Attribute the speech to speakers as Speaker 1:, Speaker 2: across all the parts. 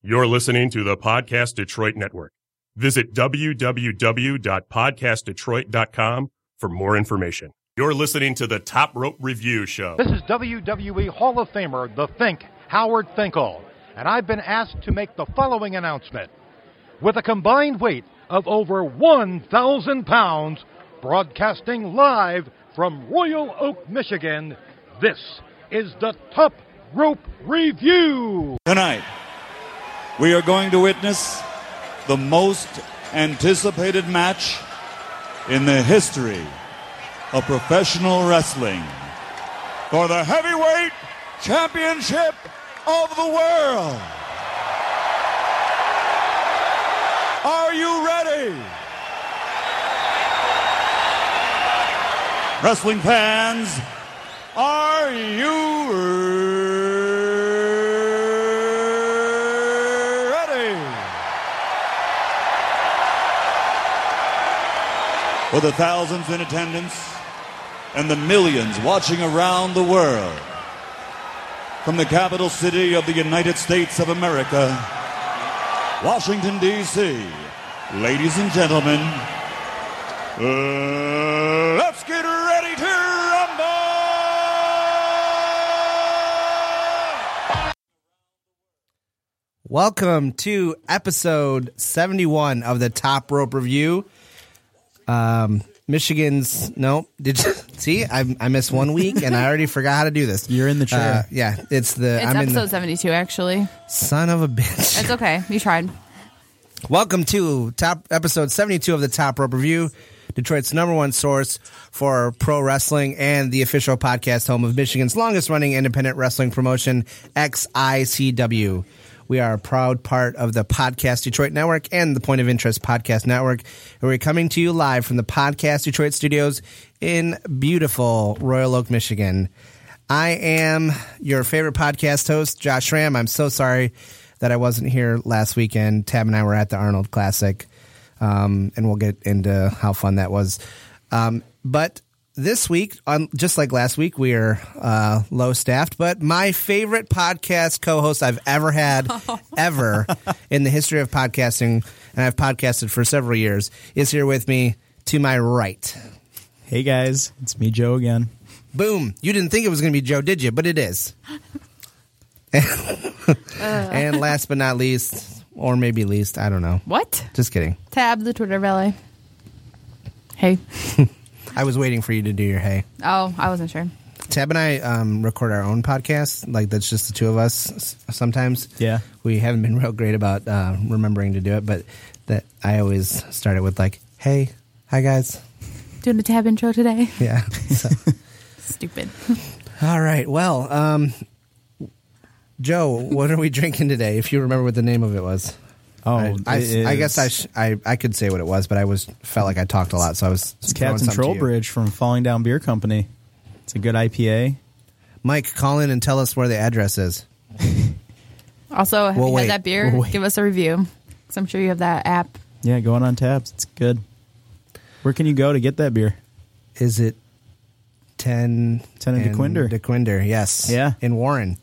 Speaker 1: You're listening to the Podcast Detroit Network. Visit www.podcastdetroit.com for more information. You're listening to the Top Rope Review Show.
Speaker 2: This is WWE Hall of Famer, The Think, Howard Finkel, and I've been asked to make the following announcement. With a combined weight of over 1,000 pounds, broadcasting live from Royal Oak, Michigan, this is the Top Rope Review.
Speaker 3: Tonight, we are going to witness the most anticipated match in the history of professional wrestling for the heavyweight championship of the world. Are you ready? Wrestling fans, are you ready? For the thousands in attendance and the millions watching around the world, from the capital city of the United States of America, Washington, D.C., ladies and gentlemen, uh, let's get ready to rumble!
Speaker 4: Welcome to episode 71 of the Top Rope Review. Um, Michigan's no, did you see? I, I missed one week and I already forgot how to do this.
Speaker 5: You're in the
Speaker 4: Uh,
Speaker 5: chair.
Speaker 4: yeah, it's the
Speaker 6: It's
Speaker 4: I'm in
Speaker 6: episode
Speaker 4: the
Speaker 6: 72, actually.
Speaker 4: son of a bitch.
Speaker 6: It's okay. You tried.
Speaker 4: Welcome to top episode 72 of the Top Rope Review, Detroit's number one source for pro wrestling and the official podcast home of Michigan's longest running independent wrestling promotion, XICW. We are a proud part of the Podcast Detroit Network and the Point of Interest Podcast Network. And we're coming to you live from the Podcast Detroit studios in beautiful Royal Oak, Michigan. I am your favorite podcast host, Josh Ram. I'm so sorry that I wasn't here last weekend. Tab and I were at the Arnold Classic, um, and we'll get into how fun that was. Um, but this week, on, just like last week, we are uh, low staffed. But my favorite podcast co host I've ever had, ever in the history of podcasting, and I've podcasted for several years, is here with me to my right.
Speaker 5: Hey guys, it's me, Joe again.
Speaker 4: Boom. You didn't think it was going to be Joe, did you? But it is. and last but not least, or maybe least, I don't know.
Speaker 6: What?
Speaker 4: Just kidding.
Speaker 6: Tab the Twitter valet. Hey.
Speaker 4: I was waiting for you to do your hey.
Speaker 6: Oh, I wasn't sure.
Speaker 4: Tab and I um, record our own podcast. Like, that's just the two of us s- sometimes.
Speaker 5: Yeah.
Speaker 4: We haven't been real great about uh, remembering to do it, but that I always start it with, like, hey, hi, guys.
Speaker 6: Doing a tab intro today.
Speaker 4: Yeah. So-
Speaker 6: Stupid.
Speaker 4: all right. Well, um, Joe, what are we drinking today? If you remember what the name of it was.
Speaker 5: Oh,
Speaker 4: I, I,
Speaker 5: it
Speaker 4: I guess I,
Speaker 5: is-
Speaker 4: sh- I I could say what it was, but I was felt like I talked a lot, so I was
Speaker 5: it's
Speaker 4: throwing
Speaker 5: Captain
Speaker 4: something to you.
Speaker 5: Trollbridge from Falling Down Beer Company. It's a good IPA.
Speaker 4: Mike, call in and tell us where the address is.
Speaker 6: Also, have
Speaker 4: We'll
Speaker 6: you
Speaker 4: wait.
Speaker 6: had that beer?
Speaker 5: We'll wait.
Speaker 6: Give us a review. 'Cause I'm sure you have that app.
Speaker 5: Yeah, going on tabs. It's good. Where can you go to get that beer?
Speaker 4: Is it ten
Speaker 5: 10 and DeQuinder.
Speaker 4: DeQuinder, yes,
Speaker 5: Yeah.
Speaker 4: in Warren.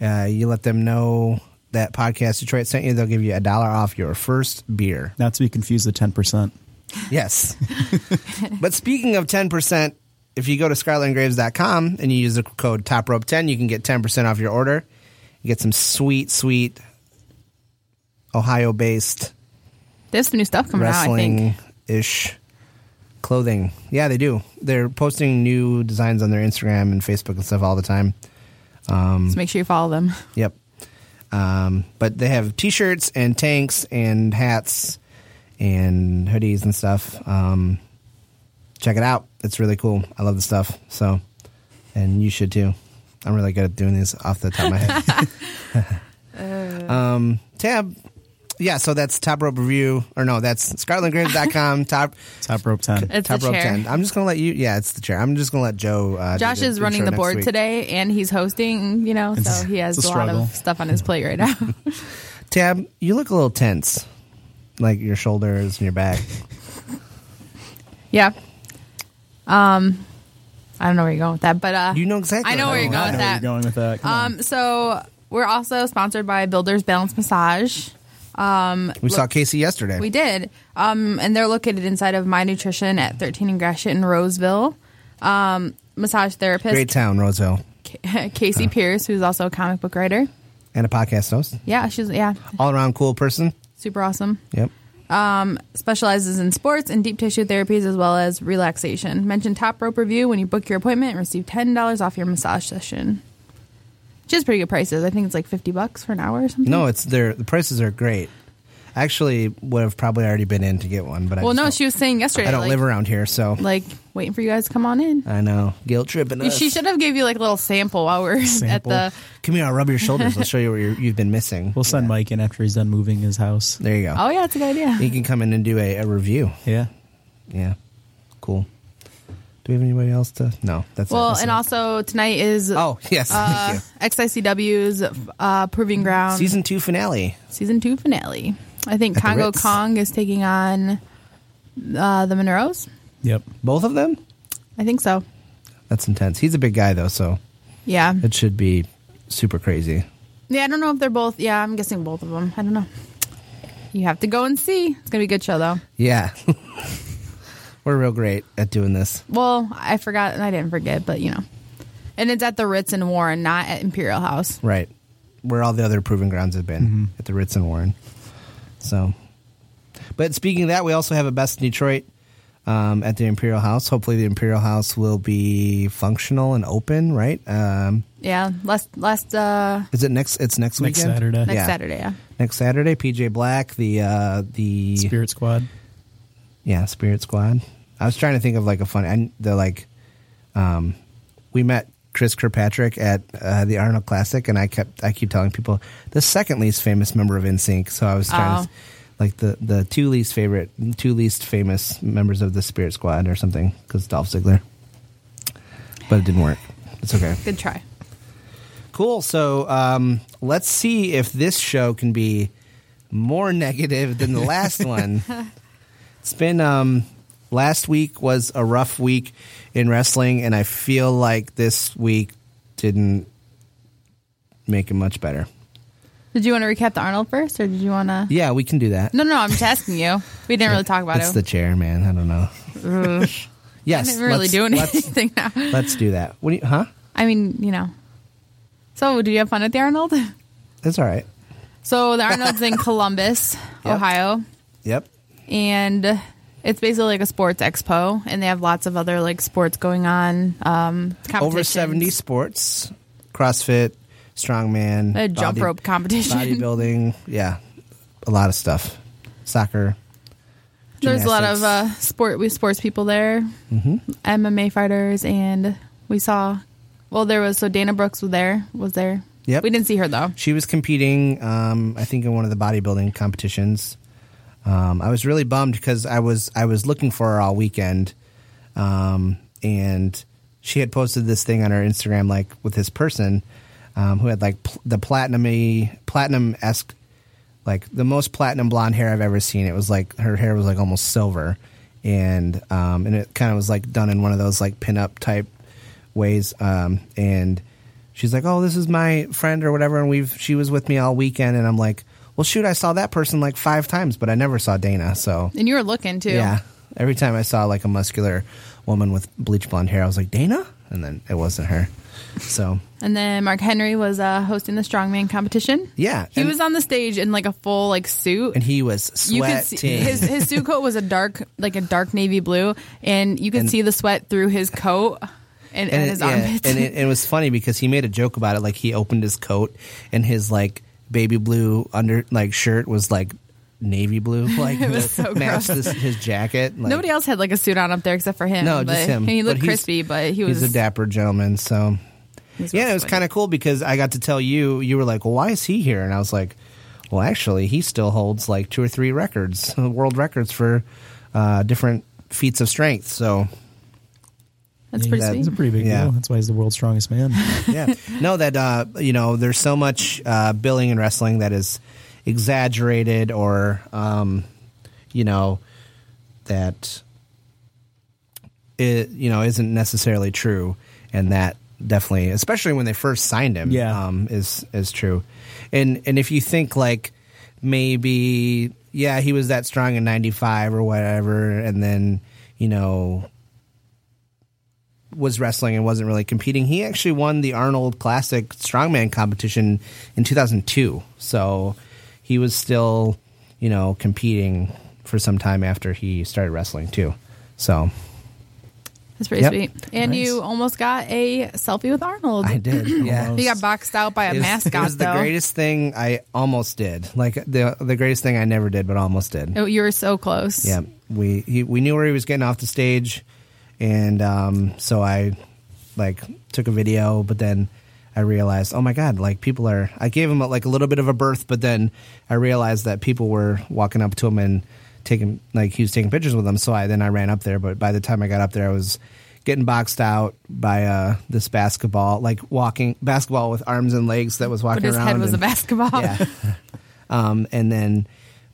Speaker 4: Uh, you let them know that podcast Detroit sent you. They'll give you a dollar off your first beer.
Speaker 5: Not to be confused with ten percent.
Speaker 4: Yes. but speaking of 10%, if you go to scarletandgraves.com and you use the code TOPROPE10, you can get 10% off your order. You get some sweet, sweet Ohio based
Speaker 6: There's some new stuff coming out, I think.
Speaker 4: wrestling ish clothing. Yeah, they do. They're posting new designs on their Instagram and Facebook and stuff all the time.
Speaker 6: So make sure you follow them.
Speaker 4: Yep. Um, but they have T-shirts and tanks and hats and hoodies and stuff. Um, check it out; it's really cool. I love the stuff. So, and you should too. I'm really good at doing these off the top of my head. um, tab, yeah. So that's top rope review, or no, that's scarletgraves.com. Top
Speaker 5: Top rope ten.
Speaker 6: It's
Speaker 4: top
Speaker 6: the
Speaker 4: rope
Speaker 6: chair.
Speaker 4: ten. I'm just gonna let you. Yeah, it's the chair. I'm just gonna let Joe. Uh, do
Speaker 6: Josh
Speaker 4: the
Speaker 6: is running
Speaker 4: intro
Speaker 6: the
Speaker 4: next
Speaker 6: board
Speaker 4: week.
Speaker 6: today and he's hosting, you know, so he has
Speaker 5: it's
Speaker 6: a,
Speaker 5: a
Speaker 6: lot
Speaker 5: struggle.
Speaker 6: of stuff on his plate right now.
Speaker 4: Tab, you look a little tense, like your shoulders and your back.
Speaker 6: yeah. Um, I don't know where you're going with uh, that, but uh,
Speaker 4: You know exactly
Speaker 6: I know
Speaker 4: where
Speaker 6: where
Speaker 4: I'm
Speaker 6: you're
Speaker 4: going.
Speaker 6: going
Speaker 5: I know
Speaker 6: with
Speaker 5: where
Speaker 6: that.
Speaker 5: you're going with that. Come on.
Speaker 6: Um, so We're also sponsored by Builders Balance Massage.
Speaker 4: We saw Casey yesterday.
Speaker 6: We did. Um, and they're located inside of My Nutrition at 13 and Gratiot in Roseville. Um, massage therapist
Speaker 4: Great town, Roseville,
Speaker 6: Ca- Casey Pierce, who's also a comic book writer.
Speaker 4: and a podcast host.
Speaker 6: Yeah, she's yeah,
Speaker 4: All around cool person.
Speaker 6: super awesome.
Speaker 4: Yep.
Speaker 6: Specializes in sports and deep tissue therapies as well as relaxation. Mention Top Rope Review when you book your appointment and receive ten dollars off your massage session. She has pretty good prices. I think it's like fifty bucks for an hour or something.
Speaker 4: No, it's their the prices are great. I Actually, would have probably already been in to get one, but I
Speaker 6: well,
Speaker 4: just
Speaker 6: no,
Speaker 4: don't-
Speaker 6: she was saying yesterday.
Speaker 4: I don't
Speaker 6: like,
Speaker 4: live around here, so
Speaker 6: like waiting for you guys to come on in.
Speaker 4: I know guilt tripping. Us.
Speaker 6: She should have gave you like a little sample while we're at
Speaker 5: Sample.
Speaker 6: the.
Speaker 4: Come here, I'll rub your shoulders. I'll show you what you're, you've been missing.
Speaker 5: We'll send Mike in after he's done moving his house.
Speaker 4: there you go.
Speaker 6: Oh yeah, it's a good idea.
Speaker 4: You can come in and do a, a review.
Speaker 5: Yeah.
Speaker 4: Yeah, cool. Do we have anybody else to? No, that's it.
Speaker 6: Well,
Speaker 4: That's
Speaker 6: and
Speaker 4: it.
Speaker 6: also tonight is
Speaker 4: Oh yes,
Speaker 6: uh,
Speaker 4: thank
Speaker 6: XICW's uh, Proving Ground
Speaker 4: you. Season two finale.
Speaker 6: season two finale. I think
Speaker 4: At the
Speaker 6: Congo
Speaker 4: Ritz.
Speaker 6: Kong is taking on uh, the Monroes.
Speaker 5: Yep.
Speaker 4: Both of them.
Speaker 6: I think so.
Speaker 4: That's intense. He's a big guy though, so
Speaker 6: Yeah.
Speaker 4: it should be super crazy.
Speaker 6: Yeah, I don't know if they're both. Yeah, I'm guessing both of them. I don't know. You have to go and see. It's going to be a good show, though.
Speaker 4: Yeah, we're real great at doing this.
Speaker 6: Well, I forgot and I didn't forget, but you know. And it's at the Ritz in Warren, not at Imperial House.
Speaker 4: Right. Where all the other proving grounds have been
Speaker 5: Mm-hmm.
Speaker 4: at the Ritz and Warren. So, but speaking of that, we also have a best in Detroit um, at the Imperial House. Hopefully, the Imperial House will be functional and open. Right? Um,
Speaker 6: Yeah, last last uh,
Speaker 4: is it next? It's next
Speaker 5: Next
Speaker 4: weekend.
Speaker 5: Saturday.
Speaker 6: next
Speaker 4: Yeah.
Speaker 6: Saturday. Yeah,
Speaker 4: Next Saturday, PJ Black, the uh, the
Speaker 5: Spirit Squad.
Speaker 4: yeah Spirit Squad. I was trying to think of like a fun and the like. Um, we met Chris Kirkpatrick at uh, the Arnold Classic, and I kept I keep telling people the second least famous member of NSYNC. So I was trying to,
Speaker 6: Oh.
Speaker 4: like the the two least favorite, two least famous members of the Spirit Squad or something because Dolph Ziggler. But it didn't work. It's okay.
Speaker 6: good try.
Speaker 4: Cool. So um, let's see if this show can be more negative than the last one. It's been um, last week was a rough week in wrestling, and I feel like this week didn't make it much better.
Speaker 6: Did you want to recap the Arnold first, or did you want to?
Speaker 4: Yeah, we can do that.
Speaker 6: No, no, I'm just asking you. We didn't really talk about
Speaker 4: it's
Speaker 6: it.
Speaker 4: the chair, man. I don't know.
Speaker 6: I
Speaker 4: yes,
Speaker 6: didn't really
Speaker 4: let's-
Speaker 6: do
Speaker 4: Let's,
Speaker 6: anything now.
Speaker 4: let's do that. What? Do you, huh?
Speaker 6: I mean, you know. So, did you have fun at the Arnold?
Speaker 4: That's all right.
Speaker 6: So the Arnold's in Columbus,
Speaker 4: Yep.
Speaker 6: Ohio,
Speaker 4: Yep.
Speaker 6: and it's basically like a sports expo, and they have lots of other like sports going on. Um,
Speaker 4: Over
Speaker 6: competitions.
Speaker 4: seventy sports, CrossFit, strongman,
Speaker 6: A jump
Speaker 4: body-
Speaker 6: rope competition.
Speaker 4: bodybuilding. Yeah, a lot of stuff. Soccer.
Speaker 6: There's a lot of uh,
Speaker 4: gymnastics. Mm-hmm.
Speaker 6: sport we sports people there, MMA fighters, and we saw. Well, there was so Dana Brooks was there. Was there?
Speaker 4: Yep.
Speaker 6: We didn't see her though.
Speaker 4: She was competing, um, I think, in one of the bodybuilding competitions. Um, I was really bummed because I was I was looking for her all weekend, um, and she had posted this thing on her Instagram, like with this person um, who had like pl- the platinum platinum esque, like the most platinum blonde hair I've ever seen. It was like her hair was like almost silver, and um, and it kind of was like done in one of those like pinup type ways. Um, and she's like, "Oh, this is my friend or whatever," and we've she was with me all weekend, and I'm like, "Well, shoot, I saw that person like five times, but I never saw Dana." So
Speaker 6: And you were looking too.
Speaker 4: yeah, every time I saw like a muscular woman with bleach blonde hair, I was like, "Dana," and then it wasn't her. So
Speaker 6: And then Mark Henry was uh, hosting the strongman competition.
Speaker 4: Yeah,
Speaker 6: He
Speaker 4: and-
Speaker 6: was on the stage in like a full like suit.
Speaker 4: and he was
Speaker 6: you
Speaker 4: sweating.
Speaker 6: could see his his suit coat was a dark like a dark navy blue and you could see the sweat through his coat and, and,
Speaker 4: and
Speaker 6: his
Speaker 4: it, yeah,
Speaker 6: armpits
Speaker 4: and it, and it was funny because he made a joke about it. Like he opened his coat and his like baby blue under like shirt was like navy blue. Like it
Speaker 6: was so
Speaker 4: matched
Speaker 6: gross.
Speaker 4: This, his jacket. Like,
Speaker 6: nobody else had like a suit on up there except for him
Speaker 4: No,
Speaker 6: but,
Speaker 4: just him.
Speaker 6: and he
Speaker 4: But
Speaker 6: looked
Speaker 4: he's-
Speaker 6: crispy but he was
Speaker 4: He's a dapper gentleman. So
Speaker 6: he's
Speaker 4: yeah, it was
Speaker 6: sweaty.
Speaker 4: kind of cool because I got to tell you. You were like, "Well, why is he here?" And I was like, "Well, actually, he still holds like two or three records, world records for uh, different feats of strength." So
Speaker 6: that's pretty
Speaker 4: that-
Speaker 5: It's a
Speaker 6: sweet
Speaker 5: pretty big
Speaker 4: Yeah.
Speaker 5: deal. That's why he's the world's strongest man.
Speaker 4: yeah. No, that uh, you know, there's so much uh, billing and wrestling that is exaggerated, or um, you know, that it you know isn't necessarily true, and that definitely, especially when they first signed him.
Speaker 5: Yeah.
Speaker 4: um, is is true. And and if you think like maybe yeah, he was that strong in '95 or whatever, and then you know was wrestling and wasn't really competing. He actually won the Arnold Classic Strongman competition in 2002. So he was still, you know, competing for some time after he started wrestling too. So
Speaker 6: That's pretty
Speaker 4: Yep.
Speaker 6: sweet. And
Speaker 5: Nice.
Speaker 6: you almost got a selfie with Arnold.
Speaker 4: I did. Yeah.
Speaker 6: You got boxed out by a
Speaker 4: It was-
Speaker 6: mascot,
Speaker 4: It was
Speaker 6: though.
Speaker 4: the greatest thing I almost did. Like the the greatest thing I never did, but almost did.
Speaker 6: Oh, you were so close.
Speaker 4: Yeah, we he, we knew where he was getting off the stage, and um, so I like took a video, but then I realized, oh my god, like people are. I gave him like a little bit of a berth, but then I realized that people were walking up to him and taking like he was taking pictures with them. So I then I ran up there, but by the time I got up there, I was getting boxed out by uh this basketball like walking basketball with arms and legs that was walking
Speaker 6: But his
Speaker 4: around
Speaker 6: head was
Speaker 4: and-
Speaker 6: a basketball.
Speaker 4: yeah. um, and then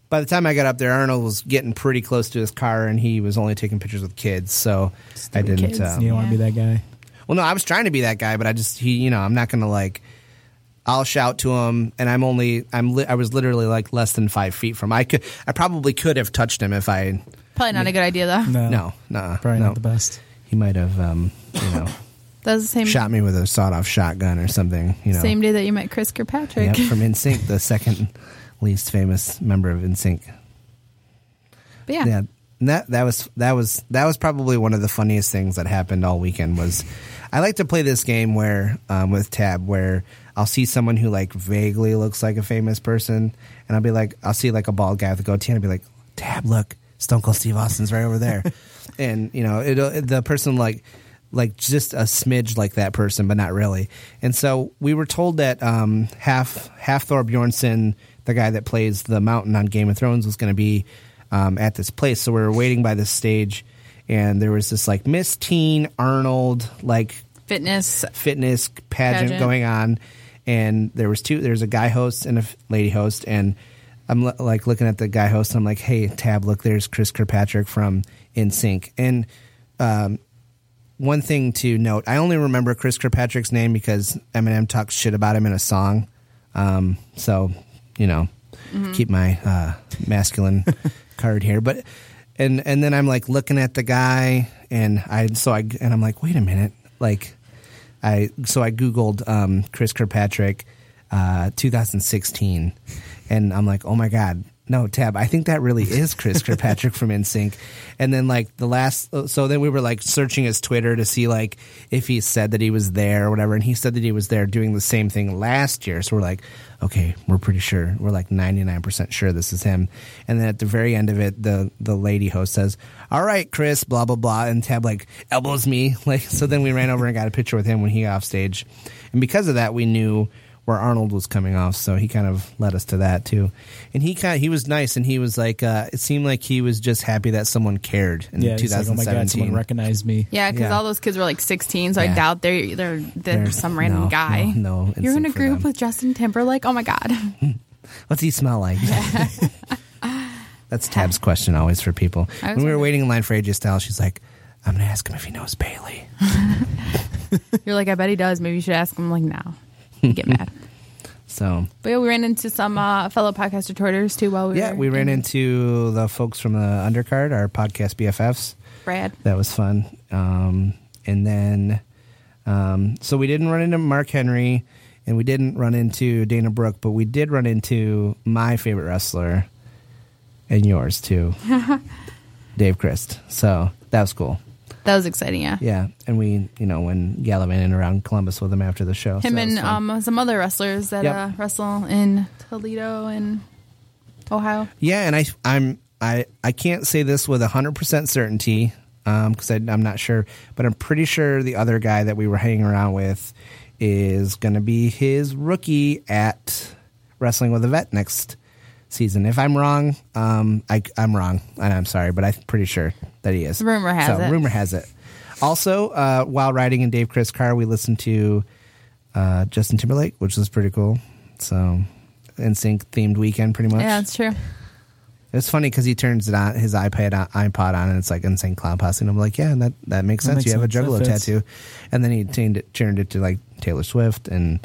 Speaker 4: by the time I got up there, Arnold was getting pretty close to his car, and he was only taking pictures with kids. So I didn't.
Speaker 6: kids.
Speaker 4: um,
Speaker 5: You don't want to be that guy.
Speaker 4: Well, no, I was trying to be that guy, but I just he, you know, I'm not gonna like. I'll shout to him, and I'm only I'm li- I was literally like less than five feet from. I could I probably could have touched him if I
Speaker 6: Probably not a good idea, though.
Speaker 5: No,
Speaker 4: no no
Speaker 5: Oh. probably
Speaker 4: no.
Speaker 5: not the best.
Speaker 4: He might have um you know
Speaker 6: That was the same,
Speaker 4: shot me with a sawed off shotgun or something. You know
Speaker 6: same day that you met Chris Kirkpatrick.
Speaker 4: Yep, from NSYNC, the second least famous member of NSYNC.
Speaker 6: But yeah.
Speaker 4: yeah and that that was that was that was probably one of the funniest things that happened all weekend was i like to play this game where um, with tab where i'll see someone who like vaguely looks like a famous person and i'll be like i'll see like a bald guy with a goatee and i'll be like tab look stone cold steve austin's right over there and you know it, uh, the person like like just a smidge like that person, but not really. And so we were told that um, half half Thor Bjornsson, the guy that plays the mountain on Game of Thrones, was going to be um, at this place. So we were waiting by this stage, and there was this like Miss Teen Arnold like
Speaker 6: Fitness.
Speaker 4: fitness pageant,
Speaker 6: Pageant.
Speaker 4: going on, and there was two. There's a guy host and a f- lady host, and I'm l- like looking at the guy host. and I'm like, hey, Tab, look, there's Chris Kirkpatrick from InSync, and um, one thing to note, I only remember Chris Kirkpatrick's name because Eminem talks shit about him in a song. Um, so, you know, keep my uh, masculine card here. But and and then I'm like looking at the guy, and I so I and I'm like, wait a minute, like I so I googled um, Chris Kirkpatrick, uh, 2016, and I'm like, oh my god, no, Tab, I think that really is Chris Kirkpatrick from NSYNC. And then like the last, uh, so then we were like searching his Twitter to see like if he said that he was there or whatever, and he said that he was there doing the same thing last year. So we're like, okay, we're pretty sure, we're like 99 percent sure this is him. And then at the very end of it, the the lady host says, "All right, Chris, blah blah blah," and Tab like elbows me like. So then we ran over and got a picture with him when he got off stage, and because of that, we knew where Arnold was coming off. So he kind of led us to that too, and he kind he was nice and he was like, uh, it seemed like he was just happy that someone cared in
Speaker 5: Yeah, he's like, oh my
Speaker 4: 2017.
Speaker 5: god, someone recognized me.
Speaker 6: Yeah, because
Speaker 4: Yeah.
Speaker 6: all those kids were like 16, so I
Speaker 4: Yeah.
Speaker 6: doubt they're, they're, they're
Speaker 4: They're-
Speaker 6: some random
Speaker 4: no,
Speaker 6: guy.
Speaker 4: no, no
Speaker 6: You're in
Speaker 4: instinct
Speaker 6: a
Speaker 4: for
Speaker 6: group
Speaker 4: them.
Speaker 6: with Justin Timberlake. Oh my God.
Speaker 4: What's he smell like? That's Tab's question always for people.
Speaker 6: I
Speaker 4: When we were
Speaker 6: was wondering-
Speaker 4: waiting in line for AJ Styles, she's like, "I'm gonna ask him if he knows Bailey."
Speaker 6: You're like, I bet he does. Maybe you should ask him. Like, now. You get mad.
Speaker 4: So
Speaker 6: But yeah, we ran into some uh, fellow podcaster Twitters too while we
Speaker 4: yeah,
Speaker 6: were
Speaker 4: we ran
Speaker 6: in
Speaker 4: into the folks from the Undercard, our podcast BFFs.
Speaker 6: Brad.
Speaker 4: That was fun. Um, and then, um, so we didn't run into Mark Henry, and we didn't run into Dana Brooke, but we did run into my favorite wrestler, and yours too, Dave Christ. So that was cool.
Speaker 6: That was exciting, yeah.
Speaker 4: Yeah, and we, you know, when gallivanting around Columbus with him after the show. so
Speaker 6: Him
Speaker 4: that was
Speaker 6: and
Speaker 4: fun.
Speaker 6: um, some other wrestlers that
Speaker 4: Yep.
Speaker 6: uh, wrestle in Toledo and Ohio.
Speaker 4: Yeah, and I I'm I I can't say this with hundred percent certainty because I I'm not sure, but I'm pretty sure the other guy that we were hanging around with is going to be his rookie at Wrestling with a Vet next season. If I'm wrong, um, I I'm wrong, and I'm sorry, but I'm pretty sure that he is.
Speaker 6: Rumor has
Speaker 4: So,
Speaker 6: it.
Speaker 4: Rumor has it. Also, uh, while riding in Dave Chris car, we listened to uh, Justin Timberlake, which was pretty cool. So, NSYNC themed weekend, pretty much.
Speaker 6: Yeah, that's true.
Speaker 4: It's funny because he turns it on his iPad on, iPod on, and it's like Insane Clown Posse, and I'm like, yeah, that that makes
Speaker 5: That
Speaker 4: sense.
Speaker 5: makes
Speaker 4: you have
Speaker 5: sense.
Speaker 4: a Juggalo
Speaker 5: That fits.
Speaker 4: tattoo, and then he turned it, turned it to like Taylor Swift and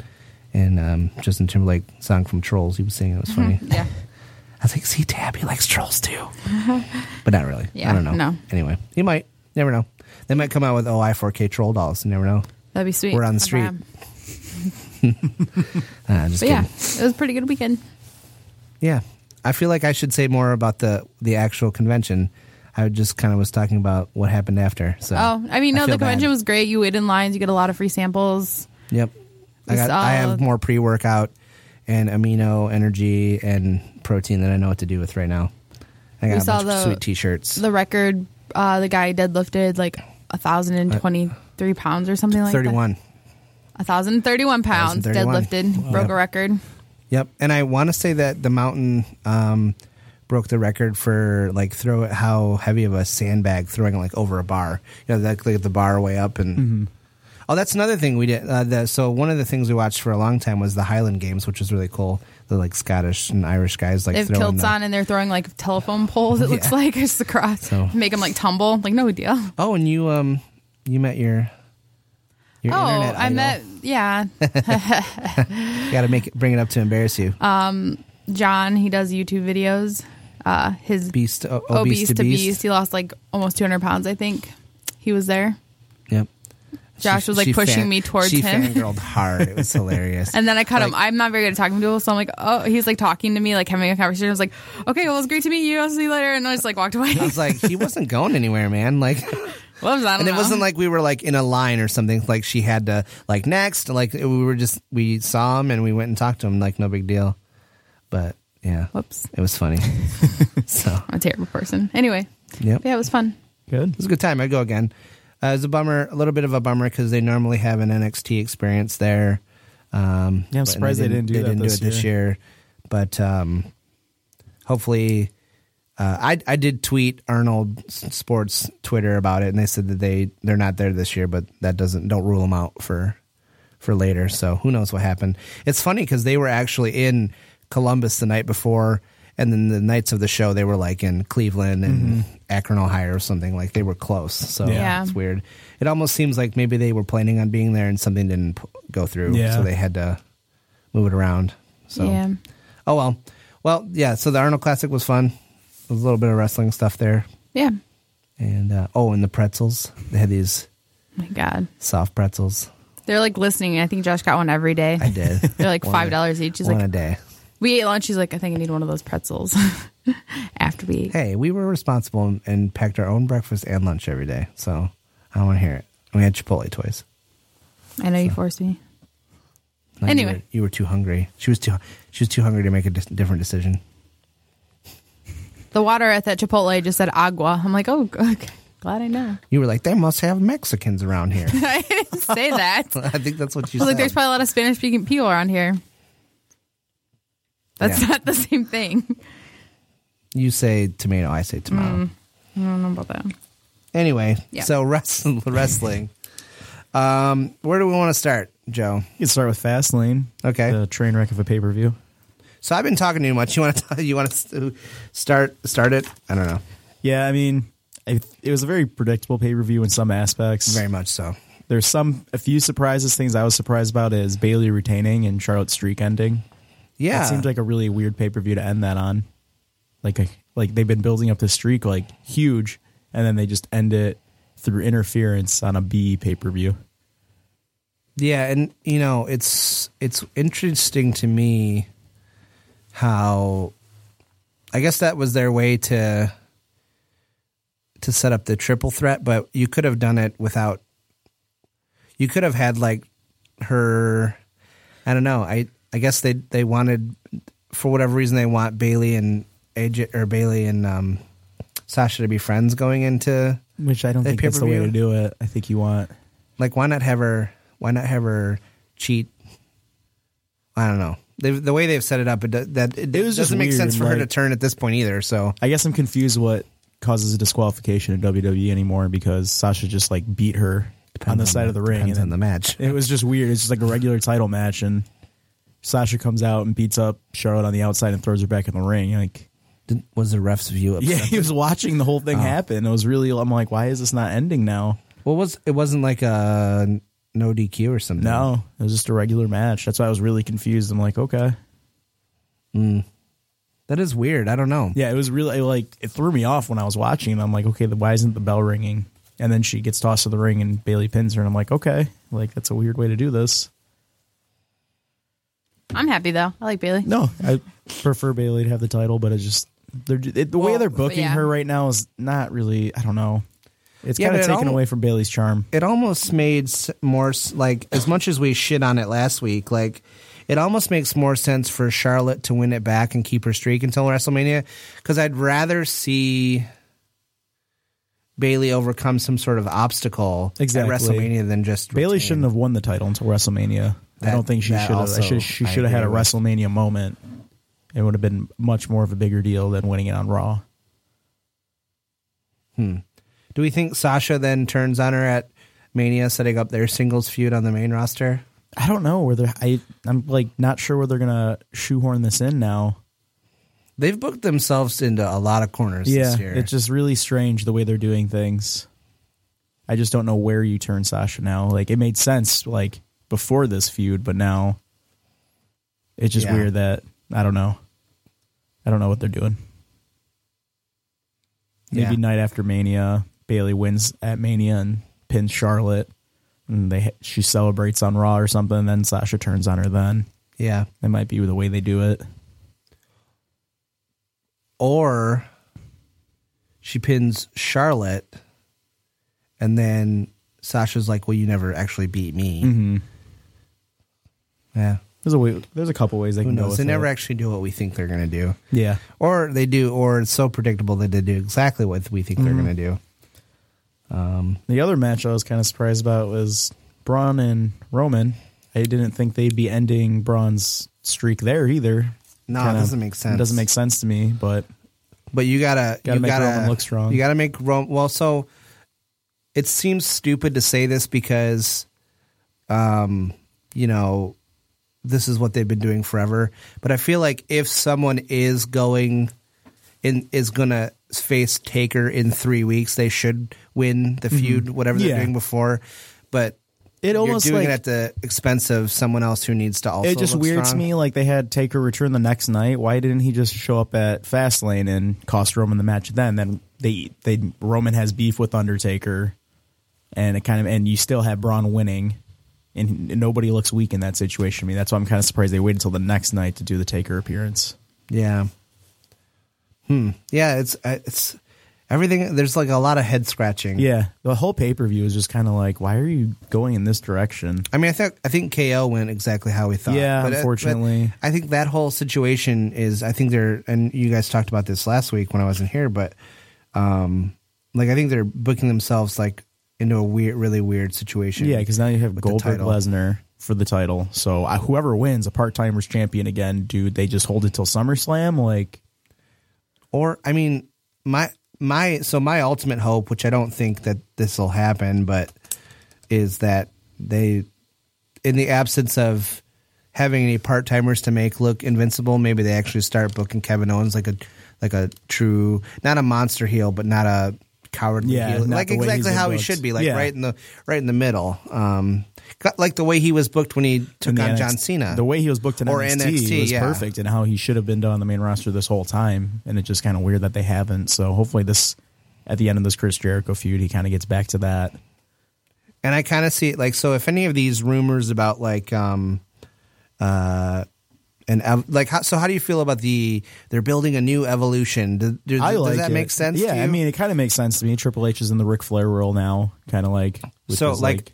Speaker 4: and um, Justin Timberlake song from Trolls. He was singing. It was funny.
Speaker 6: Mm-hmm. Yeah.
Speaker 4: I was like, see, Tab, he likes Trolls too, but not really.
Speaker 6: Yeah,
Speaker 4: I don't know.
Speaker 6: no.
Speaker 4: Anyway, he might. Never know. They might come out with "Oh, OI 4K troll dolls. You never know.
Speaker 6: That'd be sweet.
Speaker 4: We're on the
Speaker 6: If I
Speaker 4: street.
Speaker 6: am.
Speaker 4: Uh, just
Speaker 6: But yeah,
Speaker 4: kidding.
Speaker 6: it was a pretty good weekend.
Speaker 4: Yeah, I feel like I should say more about the the actual convention. I just kind of was talking about what happened after. So
Speaker 6: Oh, I mean, no, the
Speaker 4: feel bad.
Speaker 6: convention was great. You wait in lines, you get a lot of free samples.
Speaker 4: Yep, I
Speaker 6: We
Speaker 4: got. I
Speaker 6: saw-
Speaker 4: have more pre workout and amino energy and protein that I know what to do with right now. I got
Speaker 6: We
Speaker 4: a
Speaker 6: saw
Speaker 4: bunch
Speaker 6: the-
Speaker 4: of sweet T-shirts.
Speaker 6: The record, uh, the guy deadlifted like a thousand and twenty-three pounds or something like that.
Speaker 4: Thirty-one.
Speaker 6: A thousand and thirty-one pounds
Speaker 4: 1,031.
Speaker 6: deadlifted, broke a
Speaker 4: Yep.
Speaker 6: record.
Speaker 4: Yep, and I want to say that the mountain um, broke the record for like throw how heavy of a sandbag throwing like over a bar. You know, that like the bar way up and. Oh, that's another thing we did. Uh, the, so one of the things we watched for a long time was the Highland Games, which was really cool. The like Scottish and Irish guys like
Speaker 6: They have
Speaker 4: throwing
Speaker 6: kilts
Speaker 4: the-
Speaker 6: on and they're throwing like telephone poles. It looks
Speaker 4: Yeah.
Speaker 6: like it's the cross.
Speaker 4: So-
Speaker 6: Make them like tumble. Like no deal.
Speaker 4: Oh, and you um you met your your
Speaker 6: oh,
Speaker 4: internet.
Speaker 6: I
Speaker 4: idol.
Speaker 6: met yeah
Speaker 4: Got to make it, bring it up to embarrass you.
Speaker 6: Uh, John. He does YouTube videos. Uh, his
Speaker 4: beast, o- obese,
Speaker 6: obese,
Speaker 4: to beast.
Speaker 6: He lost like almost 200 pounds, I think. He was there.
Speaker 4: Yep.
Speaker 6: Josh
Speaker 4: She-
Speaker 6: was like
Speaker 4: she
Speaker 6: pushing
Speaker 4: fan-
Speaker 6: me towards
Speaker 4: she
Speaker 6: him.
Speaker 4: fangirled hard. It was hilarious.
Speaker 6: And then I caught him. I'm not very good at talking to people, so I'm like, oh, he's like talking to me, like having a conversation. I was like, okay, well, it's great to meet you. I'll see you later. And I just like walked away.
Speaker 4: I was like, he wasn't going anywhere, man. Like,
Speaker 6: Well, I don't
Speaker 4: and it
Speaker 6: know.
Speaker 4: wasn't like we were like in a line or something. Like she had to like next. Like we were just we saw him and we went and talked to him. Like no big deal. But yeah,
Speaker 6: Whoops.
Speaker 4: it was funny. so
Speaker 6: I'm a terrible person. Anyway,
Speaker 4: yep,
Speaker 6: yeah, it was fun.
Speaker 5: Good.
Speaker 4: it was a good time. I'd go again. Uh, it was a bummer, a little bit of a bummer because they normally have an NXT experience there. Um,
Speaker 5: Yeah, I'm
Speaker 4: but- and
Speaker 5: surprised they didn't do that
Speaker 4: didn't
Speaker 5: this
Speaker 4: do it this year. But um, hopefully, uh, I I did tweet Arnold Sports Twitter about it, and they said that they they're not there this year, but that doesn't don't rule them out for for later. So who knows what happened? It's funny because they were actually in Columbus the night before, and then the nights of the show they were like in Cleveland and Akron, Ohio, or something. Like they were close. So
Speaker 5: Mm-hmm. Yeah.
Speaker 6: Yeah.
Speaker 4: it's weird. It almost seems like maybe they were planning on being there, and something didn't p- go through,
Speaker 5: Yeah.
Speaker 4: so they had to move it around. So
Speaker 6: Yeah.
Speaker 4: Oh well, well yeah. So the Arnold Classic was fun. There was a little bit of wrestling stuff there,
Speaker 6: Yeah.
Speaker 4: and uh, oh, and the pretzels. They had these
Speaker 6: my God.
Speaker 4: soft pretzels.
Speaker 6: They're like listening. I think Josh got one every day.
Speaker 4: I did.
Speaker 6: They're like
Speaker 4: One-
Speaker 6: $5 each. He's
Speaker 4: one
Speaker 6: like,
Speaker 4: a day.
Speaker 6: we ate lunch. He's like, I think I need one of those pretzels after we ate.
Speaker 4: Hey, we were responsible and, and packed our own breakfast and lunch every day. So I don't want to hear it. We had Chipotle twice.
Speaker 6: I know you forced me.
Speaker 4: No, you
Speaker 6: Anyway.
Speaker 4: were- you were, too hungry. She was too. She was too hungry to make a dis- different decision.
Speaker 6: The water at that Chipotle just said agua. I'm like, oh, okay. glad I know.
Speaker 4: You were like, they must have Mexicans around here.
Speaker 6: I didn't say that. I
Speaker 4: I think that's what you
Speaker 6: was
Speaker 4: said.
Speaker 6: like, there's probably a lot of Spanish speaking people around here. That's
Speaker 4: Yeah.
Speaker 6: not the same thing.
Speaker 4: you say tomato. I say tomato.
Speaker 6: Mm. I don't know about that.
Speaker 4: Anyway,
Speaker 6: Yeah.
Speaker 4: so wrestling, wrestling. Um, where do we want to start, Joe?
Speaker 5: You can start with Fastlane.
Speaker 4: Okay.
Speaker 5: The train wreck of a pay per view.
Speaker 4: So I've been talking too much. You want to you want to start start it? I don't know.
Speaker 5: Yeah, I mean, I, it was a very predictable pay per view in some aspects.
Speaker 4: Very much so.
Speaker 5: There's some a few surprises. Things I was surprised about is Bailey retaining and Charlotte streak ending.
Speaker 4: Yeah,
Speaker 5: It seemed like a really weird pay per view to end that on. Like a, like they've been building up the streak like huge, and then they just end it through interference on a B pay per view.
Speaker 4: Yeah, and you know, it's it's interesting to me how I guess that was their way to to set up the triple threat, but you could have done it without you could have had like her I don't know. I I guess they they wanted for whatever reason they want Bailey and AJ or Bailey and um Sasha to be friends going into
Speaker 5: Which I don't
Speaker 4: That
Speaker 5: think that's the way to
Speaker 4: pay-per-view?
Speaker 5: do it. I think you want
Speaker 4: Like, why not have her? Why not have her cheat? I don't know. They've, the way they've set it up, it do, that it,
Speaker 5: It was just
Speaker 4: doesn't make
Speaker 5: weird,
Speaker 4: sense for her to
Speaker 5: like-
Speaker 4: turn at this point either. So
Speaker 5: I guess I'm confused what causes a disqualification in WWE anymore because Sasha just like beat her on the side of the ring.
Speaker 4: depends on
Speaker 5: and
Speaker 4: the match.
Speaker 5: It was just weird. It's just like a regular title match and Sasha comes out and beats up Charlotte on the outside and throws her back in the ring. Like
Speaker 4: Did, was the ref's view?
Speaker 5: Yeah,
Speaker 4: Upset?
Speaker 5: he was watching the whole thing
Speaker 4: Oh.
Speaker 5: happen. It was really. I'm like, why is this not ending now?
Speaker 4: Well, was it wasn't like a no DQ or something?
Speaker 5: No, it was just a regular match. That's why I was really confused. I'm like, okay,
Speaker 4: that is weird. I don't know.
Speaker 5: yeah, it was really like it threw me off when I was watching. I'm like, okay, then why isn't the bell ringing? And then she gets tossed to the ring, and Bailey pins her, and I'm like, okay, like that's a weird way to do this.
Speaker 6: I'm happy though. I like Bailey.
Speaker 5: No, I prefer Bailey to have the title, but it's just they're it, the way
Speaker 4: Well,
Speaker 5: they're booking
Speaker 6: yeah.
Speaker 5: her right now is not really. I don't know. It's
Speaker 4: Yeah,
Speaker 5: kind
Speaker 4: but
Speaker 5: of
Speaker 4: it
Speaker 5: taken
Speaker 4: almo-
Speaker 5: away from Bailey's charm.
Speaker 4: It almost made s- more s- like as much as we shit on it last week. Like it almost makes more sense for Charlotte to win it back and keep her streak until WrestleMania because I'd rather see Bailey overcome some sort of obstacle
Speaker 5: Exactly.
Speaker 4: at WrestleMania than just
Speaker 5: Bailey
Speaker 4: retain.
Speaker 5: shouldn't have won the title until WrestleMania. I
Speaker 4: That-
Speaker 5: don't think she
Speaker 4: that
Speaker 5: should have.
Speaker 4: also
Speaker 5: She
Speaker 4: I
Speaker 5: should have had a
Speaker 4: agree with.
Speaker 5: WrestleMania moment. It would have been much more of a bigger deal than winning it on Raw.
Speaker 4: Do we think Sasha then turns on her at Mania, setting up their singles feud on the main roster?
Speaker 5: I don't know where they're. I I'm like not sure where they're gonna shoehorn this in now.
Speaker 4: They've booked themselves into a lot of corners
Speaker 5: Yeah,
Speaker 4: this year.
Speaker 5: it's just really strange the way they're doing things. I just don't know where you turn Sasha now. Like it made sense like before this feud, but now it's just
Speaker 4: Yeah.
Speaker 5: weird that I don't know. I don't know what they're doing. Maybe
Speaker 4: Yeah.
Speaker 5: night after Mania, Bailey wins at Mania and pins Charlotte, and they she celebrates on Raw or something. And then Sasha turns on her. Then
Speaker 4: yeah.
Speaker 5: that might be the way they do it.
Speaker 4: Or she pins Charlotte, and then Sasha's like, "Well, you never actually beat me." Mm-hmm. Yeah.
Speaker 5: There's a way, there's a couple ways they
Speaker 4: Who
Speaker 5: can go.
Speaker 4: knows?
Speaker 5: With
Speaker 4: They never
Speaker 5: it.
Speaker 4: actually do what we think they're going to do,
Speaker 5: yeah.
Speaker 4: or they do, or it's so predictable that they do exactly what we think
Speaker 5: Mm-hmm.
Speaker 4: they're going to do.
Speaker 5: The other match I was kind of surprised about was Braun and Roman. I didn't think they'd be ending Braun's streak there either.
Speaker 4: No, it doesn't make sense.
Speaker 5: It doesn't make sense to me, but
Speaker 4: But you gotta
Speaker 5: Gotta
Speaker 4: you
Speaker 5: make
Speaker 4: gotta,
Speaker 5: Roman look strong.
Speaker 4: You gotta make Roman. Well, so it seems stupid to say this because, um, you know, this is what they've been doing forever. But I feel like if someone is going in is gonna face Taker in three weeks, they should win the feud, whatever they're
Speaker 5: Mm-hmm. Yeah.
Speaker 4: doing before. But
Speaker 5: it almost
Speaker 4: you're doing
Speaker 5: like
Speaker 4: it at the expense of someone else who needs to also.
Speaker 5: it just
Speaker 4: look
Speaker 5: weirds
Speaker 4: strong.
Speaker 5: me. Like they had Taker return the next night. Why didn't he just show up at Fastlane and cost Roman the match? Then then they they Roman has beef with Undertaker, and it kind of and you still have Braun winning, and nobody looks weak in that situation. I mean, that's why I'm kind of surprised they waited until the next night to do the Taker appearance.
Speaker 4: Yeah. Hmm. Yeah, it's uh, it's everything. There's like a lot of head scratching.
Speaker 5: Yeah, the whole pay per view is just kind of like, why are you going in this direction?
Speaker 4: I mean, I think I think KO went exactly how we thought.
Speaker 5: Yeah,
Speaker 4: uh,
Speaker 5: unfortunately.
Speaker 4: I think that whole situation is. I think they're and you guys talked about this last week when I wasn't here, but um, like I think they're booking themselves like into a weird, really weird situation.
Speaker 5: Yeah, because now you have
Speaker 4: with the
Speaker 5: Goldberg
Speaker 4: title.
Speaker 5: Lesnar for the title. So uh, whoever wins, a part timers champion again, dude, they just hold it till SummerSlam. Like,
Speaker 4: or I mean, my my so my ultimate hope, which I don't think that this will happen, but is that they, in the absence of having any part timers to make look invincible, maybe they actually start booking Kevin Owens like a like a true not a monster heel, but not a cowardly
Speaker 5: Yeah,
Speaker 4: heel,
Speaker 5: not
Speaker 4: like
Speaker 5: the way he's
Speaker 4: exactly
Speaker 5: been
Speaker 4: how he
Speaker 5: booked.
Speaker 4: should be, like
Speaker 5: Yeah.
Speaker 4: right in the right in the middle, um, got- like the way he was booked when he took
Speaker 5: in the
Speaker 4: on
Speaker 5: NXT
Speaker 4: John Cena,
Speaker 5: The way he was booked in
Speaker 4: Or
Speaker 5: NXT,
Speaker 4: NXT,
Speaker 5: was
Speaker 4: yeah.
Speaker 5: perfect and how he should have been done on the main roster this whole time. And it's just kind of weird that they haven't. So hopefully, this at the end of this Chris Jericho feud, he kind of gets back to that.
Speaker 4: and I kind of see it like so. If any of these rumors about like um, uh, an ev- like how, so, how do you feel about the they're building a new evolution? Do, do-
Speaker 5: I like
Speaker 4: does that
Speaker 5: it.
Speaker 4: make sense?
Speaker 5: Yeah,
Speaker 4: to
Speaker 5: I
Speaker 4: you?
Speaker 5: mean, it kind of makes sense to me. Triple H is in the Ric Flair role now, kind of like which
Speaker 4: So,
Speaker 5: is
Speaker 4: like,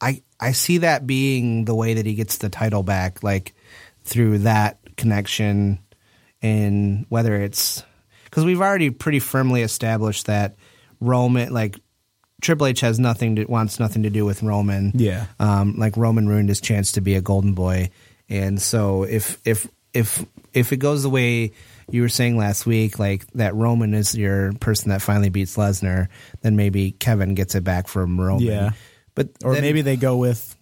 Speaker 4: I I see that being the way that he gets the title back, like through that connection, and whether it's because we've already pretty firmly established that Roman, like Triple H, has nothing to wants nothing to do with Roman.
Speaker 5: Yeah.
Speaker 4: um, like Roman ruined his chance to be a Golden Boy, and so if if if if it goes the way you were saying last week, like that Roman is your person that finally beats Lesnar, then maybe Kevin gets it back from Roman.
Speaker 5: Yeah.
Speaker 4: But
Speaker 5: or
Speaker 4: then-
Speaker 5: maybe they go with.